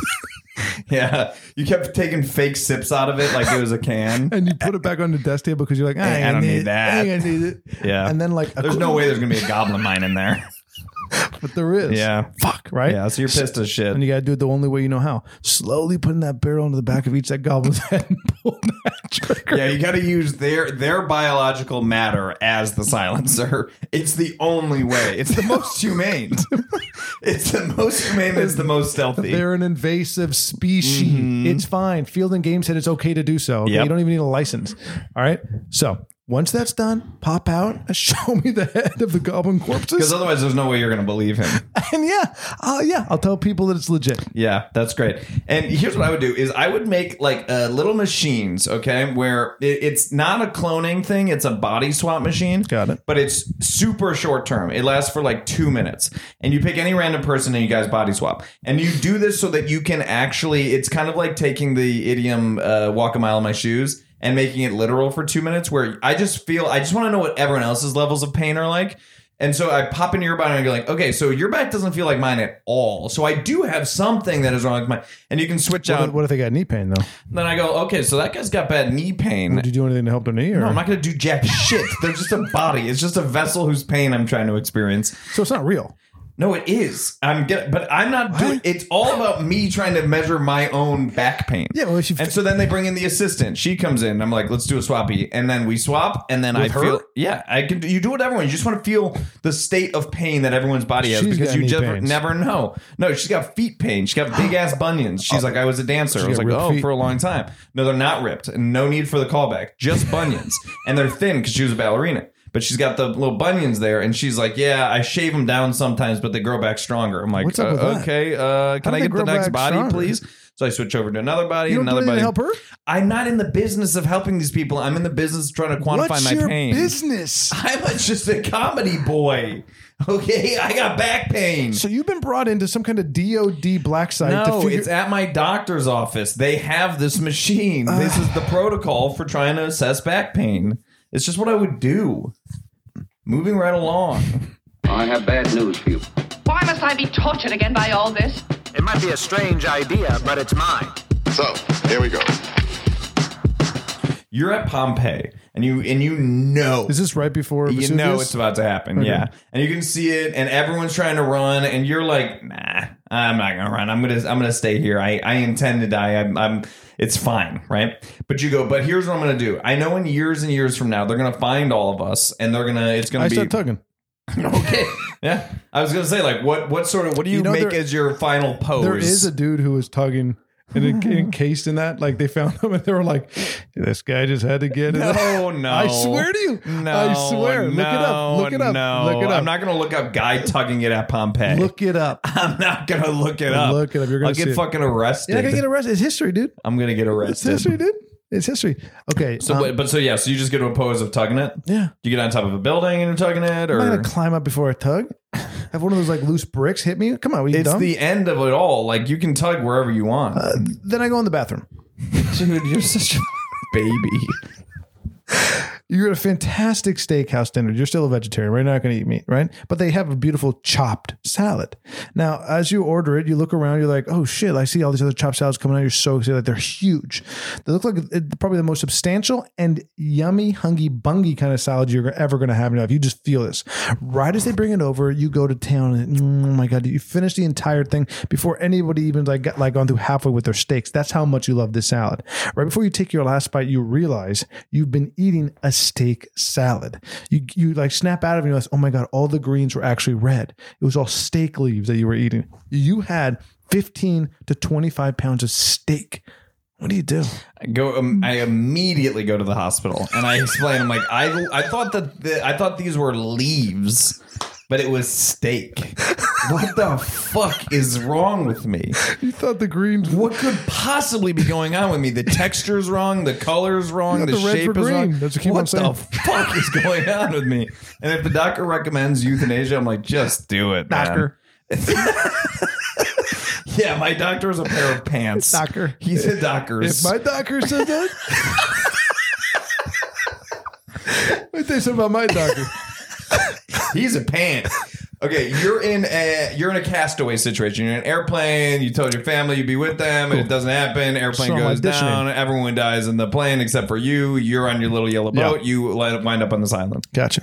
[SPEAKER 3] yeah. You kept taking fake sips out of it like it was a can.
[SPEAKER 4] and you put it back on the desk table because you're like, I, ain't
[SPEAKER 3] I don't
[SPEAKER 4] gonna
[SPEAKER 3] need
[SPEAKER 4] it.
[SPEAKER 3] that.
[SPEAKER 4] I ain't gonna need it.
[SPEAKER 3] Yeah.
[SPEAKER 4] And then like, a
[SPEAKER 3] There's
[SPEAKER 4] qu-
[SPEAKER 3] no way there's gonna be a goblin mine in there.
[SPEAKER 4] but there is.
[SPEAKER 3] Yeah.
[SPEAKER 4] Fuck. Right.
[SPEAKER 3] Yeah. So you're pissed as shit.
[SPEAKER 4] and you got to do it the only way you know how. Slowly putting that barrel into the back of each that goblin's head and pull that trigger.
[SPEAKER 3] Yeah, you got to use their their biological matter as the silencer. It's the only way. It's the most humane. It's the most humane. It's the most stealthy.
[SPEAKER 4] They're an invasive species. It's fine. Field and Game said it's okay to do so. Okay?
[SPEAKER 3] Mm-hmm. Yep.
[SPEAKER 4] You don't even need a license. All right. So once that's done, pop out and show me the head of the goblin
[SPEAKER 3] Because
[SPEAKER 4] corpses.
[SPEAKER 3] otherwise, there's no way you're going to believe him.
[SPEAKER 4] And yeah, uh, yeah, I'll tell people that it's legit.
[SPEAKER 3] Yeah, that's great. And here's what I would do is I would make like uh, little machines, okay, where it, it's not a cloning thing, it's a body swap machine.
[SPEAKER 4] Got it.
[SPEAKER 3] But it's super short term. It lasts for like 2 minutes. And you pick any random person and you guys body swap. And you do this so that you can actually it's kind of like taking the idiom uh, walk a mile in my shoes and making it literal for 2 minutes where I just feel I just want to know what everyone else's levels of pain are like. And so I pop into your body and I go like, okay, so your back doesn't feel like mine at all. So I do have something that is wrong with mine. And you can switch
[SPEAKER 4] What,
[SPEAKER 3] out.
[SPEAKER 4] if- what if they got knee pain though?
[SPEAKER 3] Then I go, okay, so that guy's got bad knee pain.
[SPEAKER 4] Did you do anything to help their knee? Or?
[SPEAKER 3] No, I'm not going to do jack shit. They're just a body. It's just a vessel whose pain I'm trying to experience.
[SPEAKER 4] so it's not real.
[SPEAKER 3] No, it is. I'm get, but I'm not doing. It's all about me trying to measure my own back pain.
[SPEAKER 4] Yeah, well, if you-
[SPEAKER 3] and so then they bring in the assistant. She comes in. I'm like, let's do a swappy, and then we swap, and then I
[SPEAKER 4] With her?
[SPEAKER 3] feel. Yeah, I can. You do it. Everyone. You just want to feel the state of pain that everyone's body has
[SPEAKER 4] She's
[SPEAKER 3] because
[SPEAKER 4] got
[SPEAKER 3] you
[SPEAKER 4] knee
[SPEAKER 3] just
[SPEAKER 4] pains.
[SPEAKER 3] never know. No, she's got feet pain. She's got big ass bunions. She's like, I was a dancer. I was
[SPEAKER 4] got
[SPEAKER 3] like,
[SPEAKER 4] ripped
[SPEAKER 3] oh,
[SPEAKER 4] feet.
[SPEAKER 3] for a long time. No, they're not ripped. and No need for the callback. Just bunions, and they're thin because she was a ballerina. But she's got the little bunions there, and she's like, "Yeah, I shave them down sometimes, but they grow back stronger." I'm like,
[SPEAKER 4] What's up with
[SPEAKER 3] "Uh,
[SPEAKER 4] that?
[SPEAKER 3] "Okay, uh, can
[SPEAKER 4] do
[SPEAKER 3] I
[SPEAKER 4] they
[SPEAKER 3] get the
[SPEAKER 4] grow
[SPEAKER 3] next
[SPEAKER 4] back
[SPEAKER 3] body,
[SPEAKER 4] stronger?
[SPEAKER 3] please?" So I switch over to another body,
[SPEAKER 4] You don't do
[SPEAKER 3] another
[SPEAKER 4] anything
[SPEAKER 3] body.
[SPEAKER 4] to help her.
[SPEAKER 3] I'm not in the business of helping these people. I'm in the business of trying to quantify
[SPEAKER 4] What's
[SPEAKER 3] my
[SPEAKER 4] your
[SPEAKER 3] pain.
[SPEAKER 4] business?
[SPEAKER 3] I'm just a comedy boy. Okay, I got back pain.
[SPEAKER 4] So you've been brought into some kind of DOD black site.
[SPEAKER 3] No,
[SPEAKER 4] to figure-
[SPEAKER 3] it's at my doctor's office. They have this machine. this is the protocol for trying to assess back pain. It's just what I would do. Moving right along.
[SPEAKER 5] I have bad news for you.
[SPEAKER 6] Why must I be tortured again by all this?
[SPEAKER 7] It might be a strange idea, but it's mine.
[SPEAKER 2] So, here we go.
[SPEAKER 3] You're at Pompeii, and you and you know
[SPEAKER 4] is this right before
[SPEAKER 3] you
[SPEAKER 4] Vesuvius?
[SPEAKER 3] know it's about to happen. Yeah, and you can see it, and everyone's trying to run, and you're like, nah, I'm not gonna run. I'm gonna I'm gonna stay here. I I intend to die. I'm, I'm it's fine, right? But you go. But here's what I'm gonna do. I know in years and years from now, they're gonna find all of us, and they're gonna it's gonna
[SPEAKER 4] I
[SPEAKER 3] be
[SPEAKER 4] start tugging.
[SPEAKER 3] okay. Yeah, I was gonna say like what what sort of what do you,
[SPEAKER 4] You know,
[SPEAKER 3] make
[SPEAKER 4] there-
[SPEAKER 3] as your final pose?
[SPEAKER 4] There is a dude who was tugging and en- encased in that. Like they found him and they were like, this guy just had to get it.
[SPEAKER 3] No, no.
[SPEAKER 4] I swear to you.
[SPEAKER 3] No,
[SPEAKER 4] I swear. Look it up. Look it up.
[SPEAKER 3] No,
[SPEAKER 4] Look it up.
[SPEAKER 3] I'm not gonna look up guy tugging it at Pompeii.
[SPEAKER 4] Look it up.
[SPEAKER 3] I'm not gonna look it up.
[SPEAKER 4] Look it up. You're gonna
[SPEAKER 3] I'll
[SPEAKER 4] see
[SPEAKER 3] get
[SPEAKER 4] it.
[SPEAKER 3] fucking arrested.
[SPEAKER 4] You're not going to get arrested. It's history, dude.
[SPEAKER 3] I'm gonna get
[SPEAKER 4] It's
[SPEAKER 3] arrested.
[SPEAKER 4] history, dude. It's history. Okay.
[SPEAKER 3] So,
[SPEAKER 4] um,
[SPEAKER 3] wait, but so yeah, so you just get to a pose of tugging it.
[SPEAKER 4] yeah.
[SPEAKER 3] You get on top of a building and you're tugging it,
[SPEAKER 4] I'm not
[SPEAKER 3] or
[SPEAKER 4] gonna climb up before I tug. Have one of those like loose bricks hit me. Come on, we
[SPEAKER 3] it's
[SPEAKER 4] dumb.
[SPEAKER 3] the end of it all. Like you can tug wherever you want.
[SPEAKER 4] Uh, then I go in the bathroom.
[SPEAKER 3] Dude, you're such a baby.
[SPEAKER 4] You're at a fantastic steakhouse dinner. You're still a vegetarian, right? You're not going to eat meat, right? But they have a beautiful chopped salad. Now, as you order it, you look around. You're like, oh shit! I see all these other chopped salads coming out. You're so excited. Like, they're huge. They look like it- probably the most substantial and yummy, hungy, bungy kind of salad you're ever going to have in your life. You just feel this. Right as they bring it over, you go to town. And, mm, oh my god! You finish the entire thing before anybody even like got like gone through halfway with their steaks. That's how much you love this salad. Right before you take your last bite, you realize you've been eating a steak salad. You you like snap out of it and you realize, oh my god, all the greens were actually red. It was all steak leaves that you were eating. You had fifteen to twenty five pounds of steak. What do you do?
[SPEAKER 3] I go
[SPEAKER 4] Mm.
[SPEAKER 3] um, i immediately go to the hospital and i explain i'm like i i thought that the, i thought these were leaves but it was steak what the fuck is wrong with me
[SPEAKER 4] You thought the greens
[SPEAKER 3] what could possibly be going on with me the texture's wrong the color's wrong
[SPEAKER 4] You
[SPEAKER 3] the,
[SPEAKER 4] got the red
[SPEAKER 3] shape
[SPEAKER 4] for
[SPEAKER 3] is wrong
[SPEAKER 4] green. That's what I keep
[SPEAKER 3] what
[SPEAKER 4] on
[SPEAKER 3] the fuck is going on with me and if the doctor recommends euthanasia i'm like just do it man.
[SPEAKER 4] Doctor.
[SPEAKER 3] yeah my doctor is a pair of pants
[SPEAKER 4] Doctor.
[SPEAKER 3] he's a doctor
[SPEAKER 4] If my doctor said that. What they said about my doctor?
[SPEAKER 3] He's a pant. Okay, you're in a you're in a castaway situation. You're in an airplane. You told your family you'd be with them, and it doesn't happen. Airplane
[SPEAKER 4] So I'm
[SPEAKER 3] goes
[SPEAKER 4] auditioning.
[SPEAKER 3] down. Everyone dies in the plane except for you. You're on your little yellow
[SPEAKER 4] Yeah.
[SPEAKER 3] boat. You li- wind up on this island.
[SPEAKER 4] Gotcha.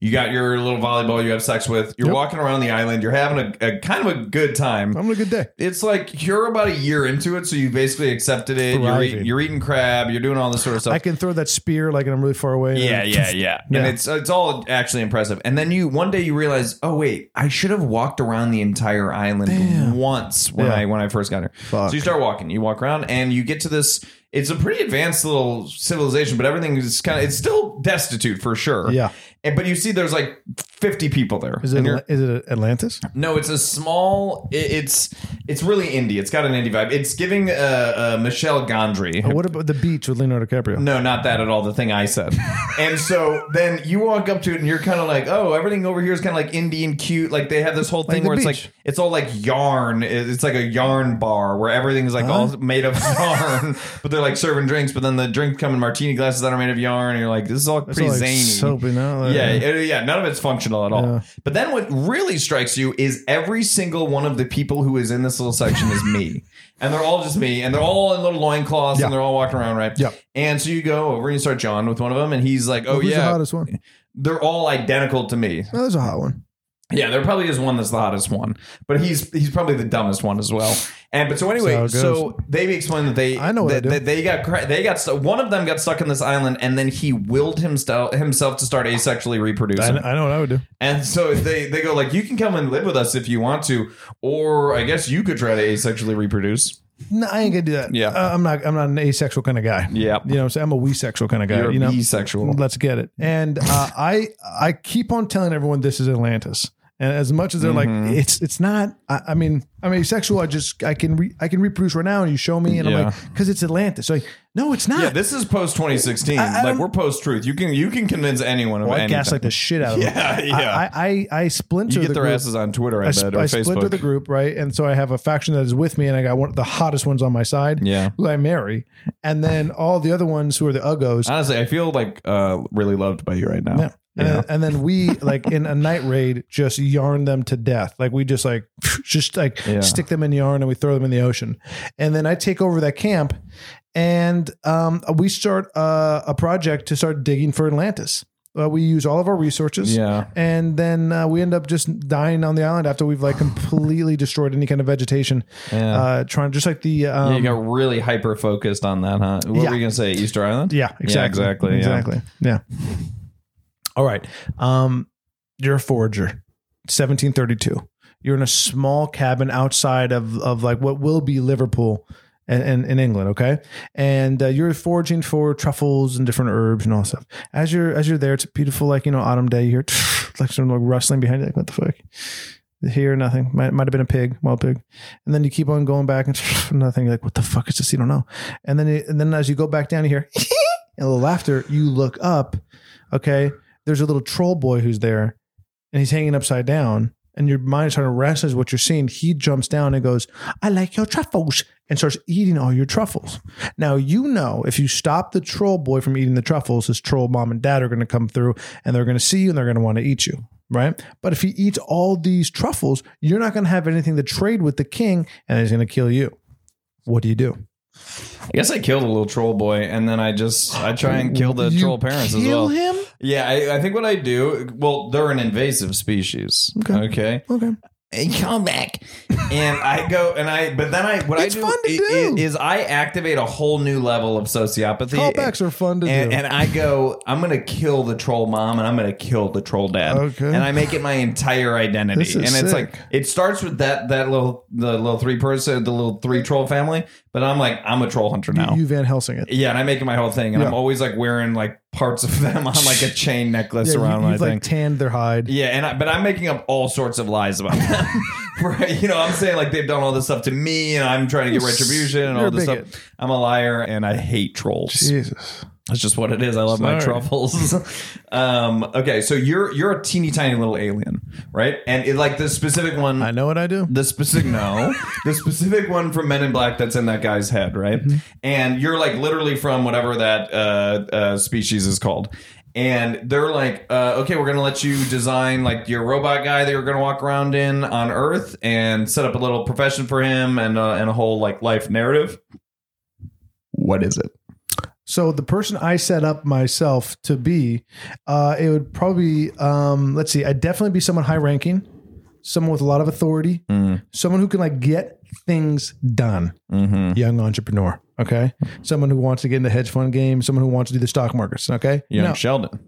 [SPEAKER 3] You got your little volleyball. You have sex with. You're
[SPEAKER 4] Yep.
[SPEAKER 3] walking around the island. You're having a, a kind of a good time
[SPEAKER 4] I'm having a good day.
[SPEAKER 3] it's like you're about a year into it, so you basically accepted it. You're,
[SPEAKER 4] Thriving.
[SPEAKER 3] eat, you're eating crab. You're doing all this sort of stuff.
[SPEAKER 4] I can throw that spear like and I'm really far away. and
[SPEAKER 3] Yeah,
[SPEAKER 4] then-
[SPEAKER 3] yeah, yeah.
[SPEAKER 4] Yeah.
[SPEAKER 3] And it's it's all actually impressive. And then you one day you realize, oh wait, I should have walked around the entire island once when
[SPEAKER 4] Yeah.
[SPEAKER 3] I when I first got here.
[SPEAKER 4] Fuck.
[SPEAKER 3] So you start walking, you walk around, and you get to this. It's a pretty advanced little civilization, but everything is kind of it's still destitute for sure.
[SPEAKER 4] Yeah.
[SPEAKER 3] And, but you see, there's like 50 people there.
[SPEAKER 4] Is it
[SPEAKER 3] And you're-
[SPEAKER 4] is it Atlantis?
[SPEAKER 3] no, it's a small. it- it's it's really indie. It's got an indie vibe. It's giving uh, uh, Michelle Gondry.
[SPEAKER 4] What about the beach with Leonardo DiCaprio?
[SPEAKER 3] No, not that at all. The thing I said. and so then you walk up to it and you're kind of like, oh, everything over here is kind of like Indian cute. Like they have this whole thing
[SPEAKER 4] the
[SPEAKER 3] where it's
[SPEAKER 4] beach.
[SPEAKER 3] like it's all like yarn. It- It's like a yarn bar where everything's like all made of yarn. but they're like serving drinks, but then the drinks come in martini glasses that are made of yarn. And you're like, this is all all pretty
[SPEAKER 8] like
[SPEAKER 3] zany.
[SPEAKER 8] soapy, no?
[SPEAKER 3] Yeah, it- yeah, none of it's functional at all. But then what really strikes you is every single one of the people who is in this little section is me. And they're all just me, and they're all in little loincloths,
[SPEAKER 8] Yeah.
[SPEAKER 3] and they're all walking around, right?
[SPEAKER 8] Yeah.
[SPEAKER 3] And so you go over and you start John with one of them, and he's like, oh,
[SPEAKER 4] Who's the
[SPEAKER 3] yeah.
[SPEAKER 4] hottest one?
[SPEAKER 3] They're all identical to me.
[SPEAKER 4] Oh, there's a hot one.
[SPEAKER 3] Yeah, there probably is one that's the hottest one, but he's he's probably the dumbest one as well. And but so anyway,
[SPEAKER 8] That's how it goes.
[SPEAKER 3] so they explained that they
[SPEAKER 4] I know what I
[SPEAKER 3] that,
[SPEAKER 4] do.
[SPEAKER 3] that they got cra- they got stu- one of them got stuck in this island, and then he willed himself himself to start asexually
[SPEAKER 8] I,
[SPEAKER 3] reproducing.
[SPEAKER 8] I know what I would do.
[SPEAKER 3] And so they they go like, you can come and live with us if you want to, or I guess you could try to asexually reproduce.
[SPEAKER 4] No, I ain't gonna do that.
[SPEAKER 3] Yeah.
[SPEAKER 4] Uh, I'm not. I'm not an asexual kind of guy.
[SPEAKER 3] Yeah.
[SPEAKER 4] you know, what I'm saying? I'm a we sexual kind of guy.
[SPEAKER 3] You're
[SPEAKER 4] you know,
[SPEAKER 3] asexual.
[SPEAKER 4] Let's get it. And uh, I, I keep on telling everyone this is Atlantis. And as much as they're
[SPEAKER 3] Mm-hmm.
[SPEAKER 4] like, it's it's not. I, I mean, I'm asexual. I just I can re, I can reproduce right now, and you show me, and I'm
[SPEAKER 3] Yeah.
[SPEAKER 4] like, because it's Atlantis. Like, no, it's not.
[SPEAKER 3] Yeah, this is post 2016.
[SPEAKER 4] I- I
[SPEAKER 3] Like
[SPEAKER 4] don't-
[SPEAKER 3] we're post truth. You can you can convince anyone of
[SPEAKER 4] Well, I
[SPEAKER 3] anything.
[SPEAKER 4] gaslight the shit out of
[SPEAKER 3] Yeah,
[SPEAKER 4] them.
[SPEAKER 3] yeah.
[SPEAKER 4] I, I, I splinter.
[SPEAKER 3] you get
[SPEAKER 4] the
[SPEAKER 3] their
[SPEAKER 4] group.
[SPEAKER 3] asses on Twitter, I,
[SPEAKER 4] I,
[SPEAKER 3] bet,
[SPEAKER 4] sp-
[SPEAKER 3] or
[SPEAKER 4] I
[SPEAKER 3] Facebook.
[SPEAKER 4] splinter the group, right? And so I have a faction that is with me, and I got one of the hottest ones on my side,
[SPEAKER 3] Yeah.
[SPEAKER 4] who I marry, and then all the other ones who are the uggos.
[SPEAKER 3] Honestly, I feel like uh, really loved by you right now.
[SPEAKER 4] Yeah. Uh, And, then, and then we like in a night raid just yarn them to death. Like we just like just like
[SPEAKER 3] Yeah.
[SPEAKER 4] stick them in yarn and we throw them in the ocean. And then I take over that camp, and um, we start uh, a project to start digging for Atlantis. Uh, we use all of our resources.
[SPEAKER 3] Yeah.
[SPEAKER 4] And then uh, we end up just dying on the island after we've like completely destroyed any kind of vegetation.
[SPEAKER 3] Yeah.
[SPEAKER 4] Uh, trying just like the um,
[SPEAKER 3] Yeah, you got really hyper focused on that, huh? What
[SPEAKER 4] Yeah.
[SPEAKER 3] were you gonna say? Easter Island?
[SPEAKER 4] Yeah, exactly.
[SPEAKER 3] exactly, yeah.
[SPEAKER 4] Exactly. Yeah. All right. Um, you're a forager. 1732. You're in a small cabin outside of of like what will be Liverpool and in, in England, okay? And uh, you're foraging for truffles and different herbs and all that stuff. As you're as you're there, it's a beautiful like, you know, autumn day. You hear like some like rustling behind you, like what the fuck? Here, nothing. Might might have been a pig, wild pig. And then you keep on going back and nothing. You're like, what the fuck is this? You don't know. And then and then as you go back down, you hear a little laughter. You look up. Okay, there's a little troll boy who's there, and he's hanging upside down. And your mind is trying to wrestle with what you're seeing. He jumps down and goes, "I like your truffles," and starts eating all your truffles. Now you know if you stop the troll boy from eating the truffles, his troll mom and dad are going to come through, and they're going to see you, and they're going to want to eat you. Right, but if he eats all these truffles, you're not going to have anything to trade with the king, and he's going to kill you. What do you do?
[SPEAKER 3] I guess I killed a little troll boy, and then I just I try and kill the
[SPEAKER 4] You
[SPEAKER 3] troll parents as
[SPEAKER 4] kill
[SPEAKER 3] well.
[SPEAKER 4] him?
[SPEAKER 3] Yeah, I, I think what I do. Well, they're an invasive species.
[SPEAKER 4] Okay.
[SPEAKER 3] Okay.
[SPEAKER 4] Okay.
[SPEAKER 3] Hey, come back. and I go and I, but then I what
[SPEAKER 4] It's
[SPEAKER 3] I do,
[SPEAKER 4] fun to
[SPEAKER 3] i-
[SPEAKER 4] do.
[SPEAKER 3] i- is I activate a whole new level of sociopathy.
[SPEAKER 4] Callbacks are fun to
[SPEAKER 3] and,
[SPEAKER 4] do.
[SPEAKER 3] and I go, I'm gonna kill the troll mom and I'm gonna kill the troll dad.
[SPEAKER 4] Okay.
[SPEAKER 3] And I make it my entire identity.
[SPEAKER 4] This is
[SPEAKER 3] and it's
[SPEAKER 4] sick.
[SPEAKER 3] like it starts with that that little the little three person the little three troll family, but I'm like, I'm a troll hunter now.
[SPEAKER 4] You Van Helsing it.
[SPEAKER 3] yeah, and I make it my whole thing, and I'm
[SPEAKER 4] Yeah.
[SPEAKER 3] always like wearing like parts of them on like a chain necklace
[SPEAKER 4] Yeah,
[SPEAKER 3] around
[SPEAKER 4] you,
[SPEAKER 3] my
[SPEAKER 4] you've
[SPEAKER 3] thing.
[SPEAKER 4] like tanned their hide.
[SPEAKER 3] Yeah, and I, but I'm making up all sorts of lies about them. right? You know, I'm saying like they've done all this stuff to me, and I'm trying to get retribution and
[SPEAKER 4] You're
[SPEAKER 3] all
[SPEAKER 4] a
[SPEAKER 3] this
[SPEAKER 4] bigot.
[SPEAKER 3] stuff. I'm a liar, and I hate trolls.
[SPEAKER 4] Jesus.
[SPEAKER 3] That's just what it is. I love my
[SPEAKER 4] Sorry.
[SPEAKER 3] truffles. um, okay, so you're you're a teeny tiny little alien, right? And it, like the specific one,
[SPEAKER 4] I know what I do.
[SPEAKER 3] the specific no, the specific one from Men in Black that's in that guy's head, right? And you're like literally from whatever that uh, uh, species is called. And they're like, uh, okay, we're gonna let you design like your robot guy that you're gonna walk around in on Earth, and set up a little profession for him and uh, and a whole like life narrative. What is it?
[SPEAKER 4] So the person I set up myself to be, uh, it would probably um, let's see, I'd definitely be someone high ranking, someone with a lot of authority,
[SPEAKER 3] Mm.
[SPEAKER 4] someone who can like get things done.
[SPEAKER 3] Mm-hmm.
[SPEAKER 4] Young entrepreneur. Okay. Someone who wants to get in the hedge fund game, someone who wants to do the stock markets. Okay.
[SPEAKER 3] Young
[SPEAKER 4] No.
[SPEAKER 3] Sheldon.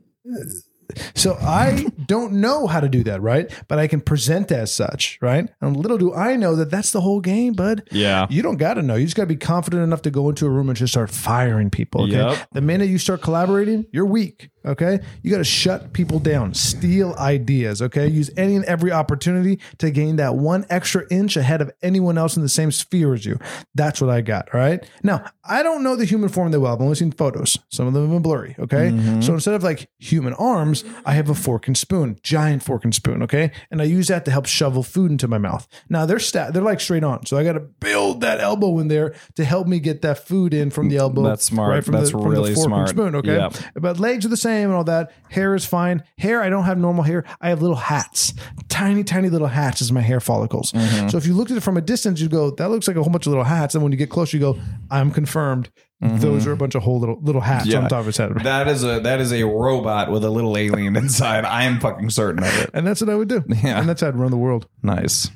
[SPEAKER 4] So I don't know how to do that, right? But I can present as such, right? And little do I know that that's the whole game, bud.
[SPEAKER 3] Yeah.
[SPEAKER 4] You don't got to know. You just got to be confident enough to go into a room and just start firing people. Okay.
[SPEAKER 3] Yep.
[SPEAKER 4] The minute you start collaborating, you're weak. Okay. You got to shut people down, steal ideas. Okay. Use any and every opportunity to gain that one extra inch ahead of anyone else in the same sphere as you. That's what I got. All right. Now, I don't know the human form that well. I've only seen photos. Some of them have been blurry. Okay.
[SPEAKER 3] Mm-hmm.
[SPEAKER 4] So instead of like human arms, I have a fork and spoon, giant fork and spoon. Okay. And I use that to help shovel food into my mouth. Now they're stat, they're like straight on. So I got to build that elbow in there to help me get that food in from the elbow.
[SPEAKER 3] Mm, That's smart.
[SPEAKER 4] Right from
[SPEAKER 3] That's
[SPEAKER 4] the, from
[SPEAKER 3] really
[SPEAKER 4] the fork
[SPEAKER 3] smart.
[SPEAKER 4] and spoon. Okay.
[SPEAKER 3] Yeah.
[SPEAKER 4] But legs are the same name and all that. Hair is fine. Hair, I don't have normal hair. I have little hats, tiny, tiny little hats as my hair follicles.
[SPEAKER 3] Mm-hmm.
[SPEAKER 4] So if you looked at it from a distance, you go, that looks like a whole bunch of little hats. And when you get close, you go, I'm confirmed. Those are a bunch of whole little little hats
[SPEAKER 3] Mm-hmm. Yeah.
[SPEAKER 4] on top of his head.
[SPEAKER 3] That is a that is a robot with a little alien inside. I am fucking certain of it.
[SPEAKER 4] And that's what I would do.
[SPEAKER 3] Yeah.
[SPEAKER 4] And that's how I'd run the world.
[SPEAKER 3] Nice.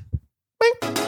[SPEAKER 4] Boink.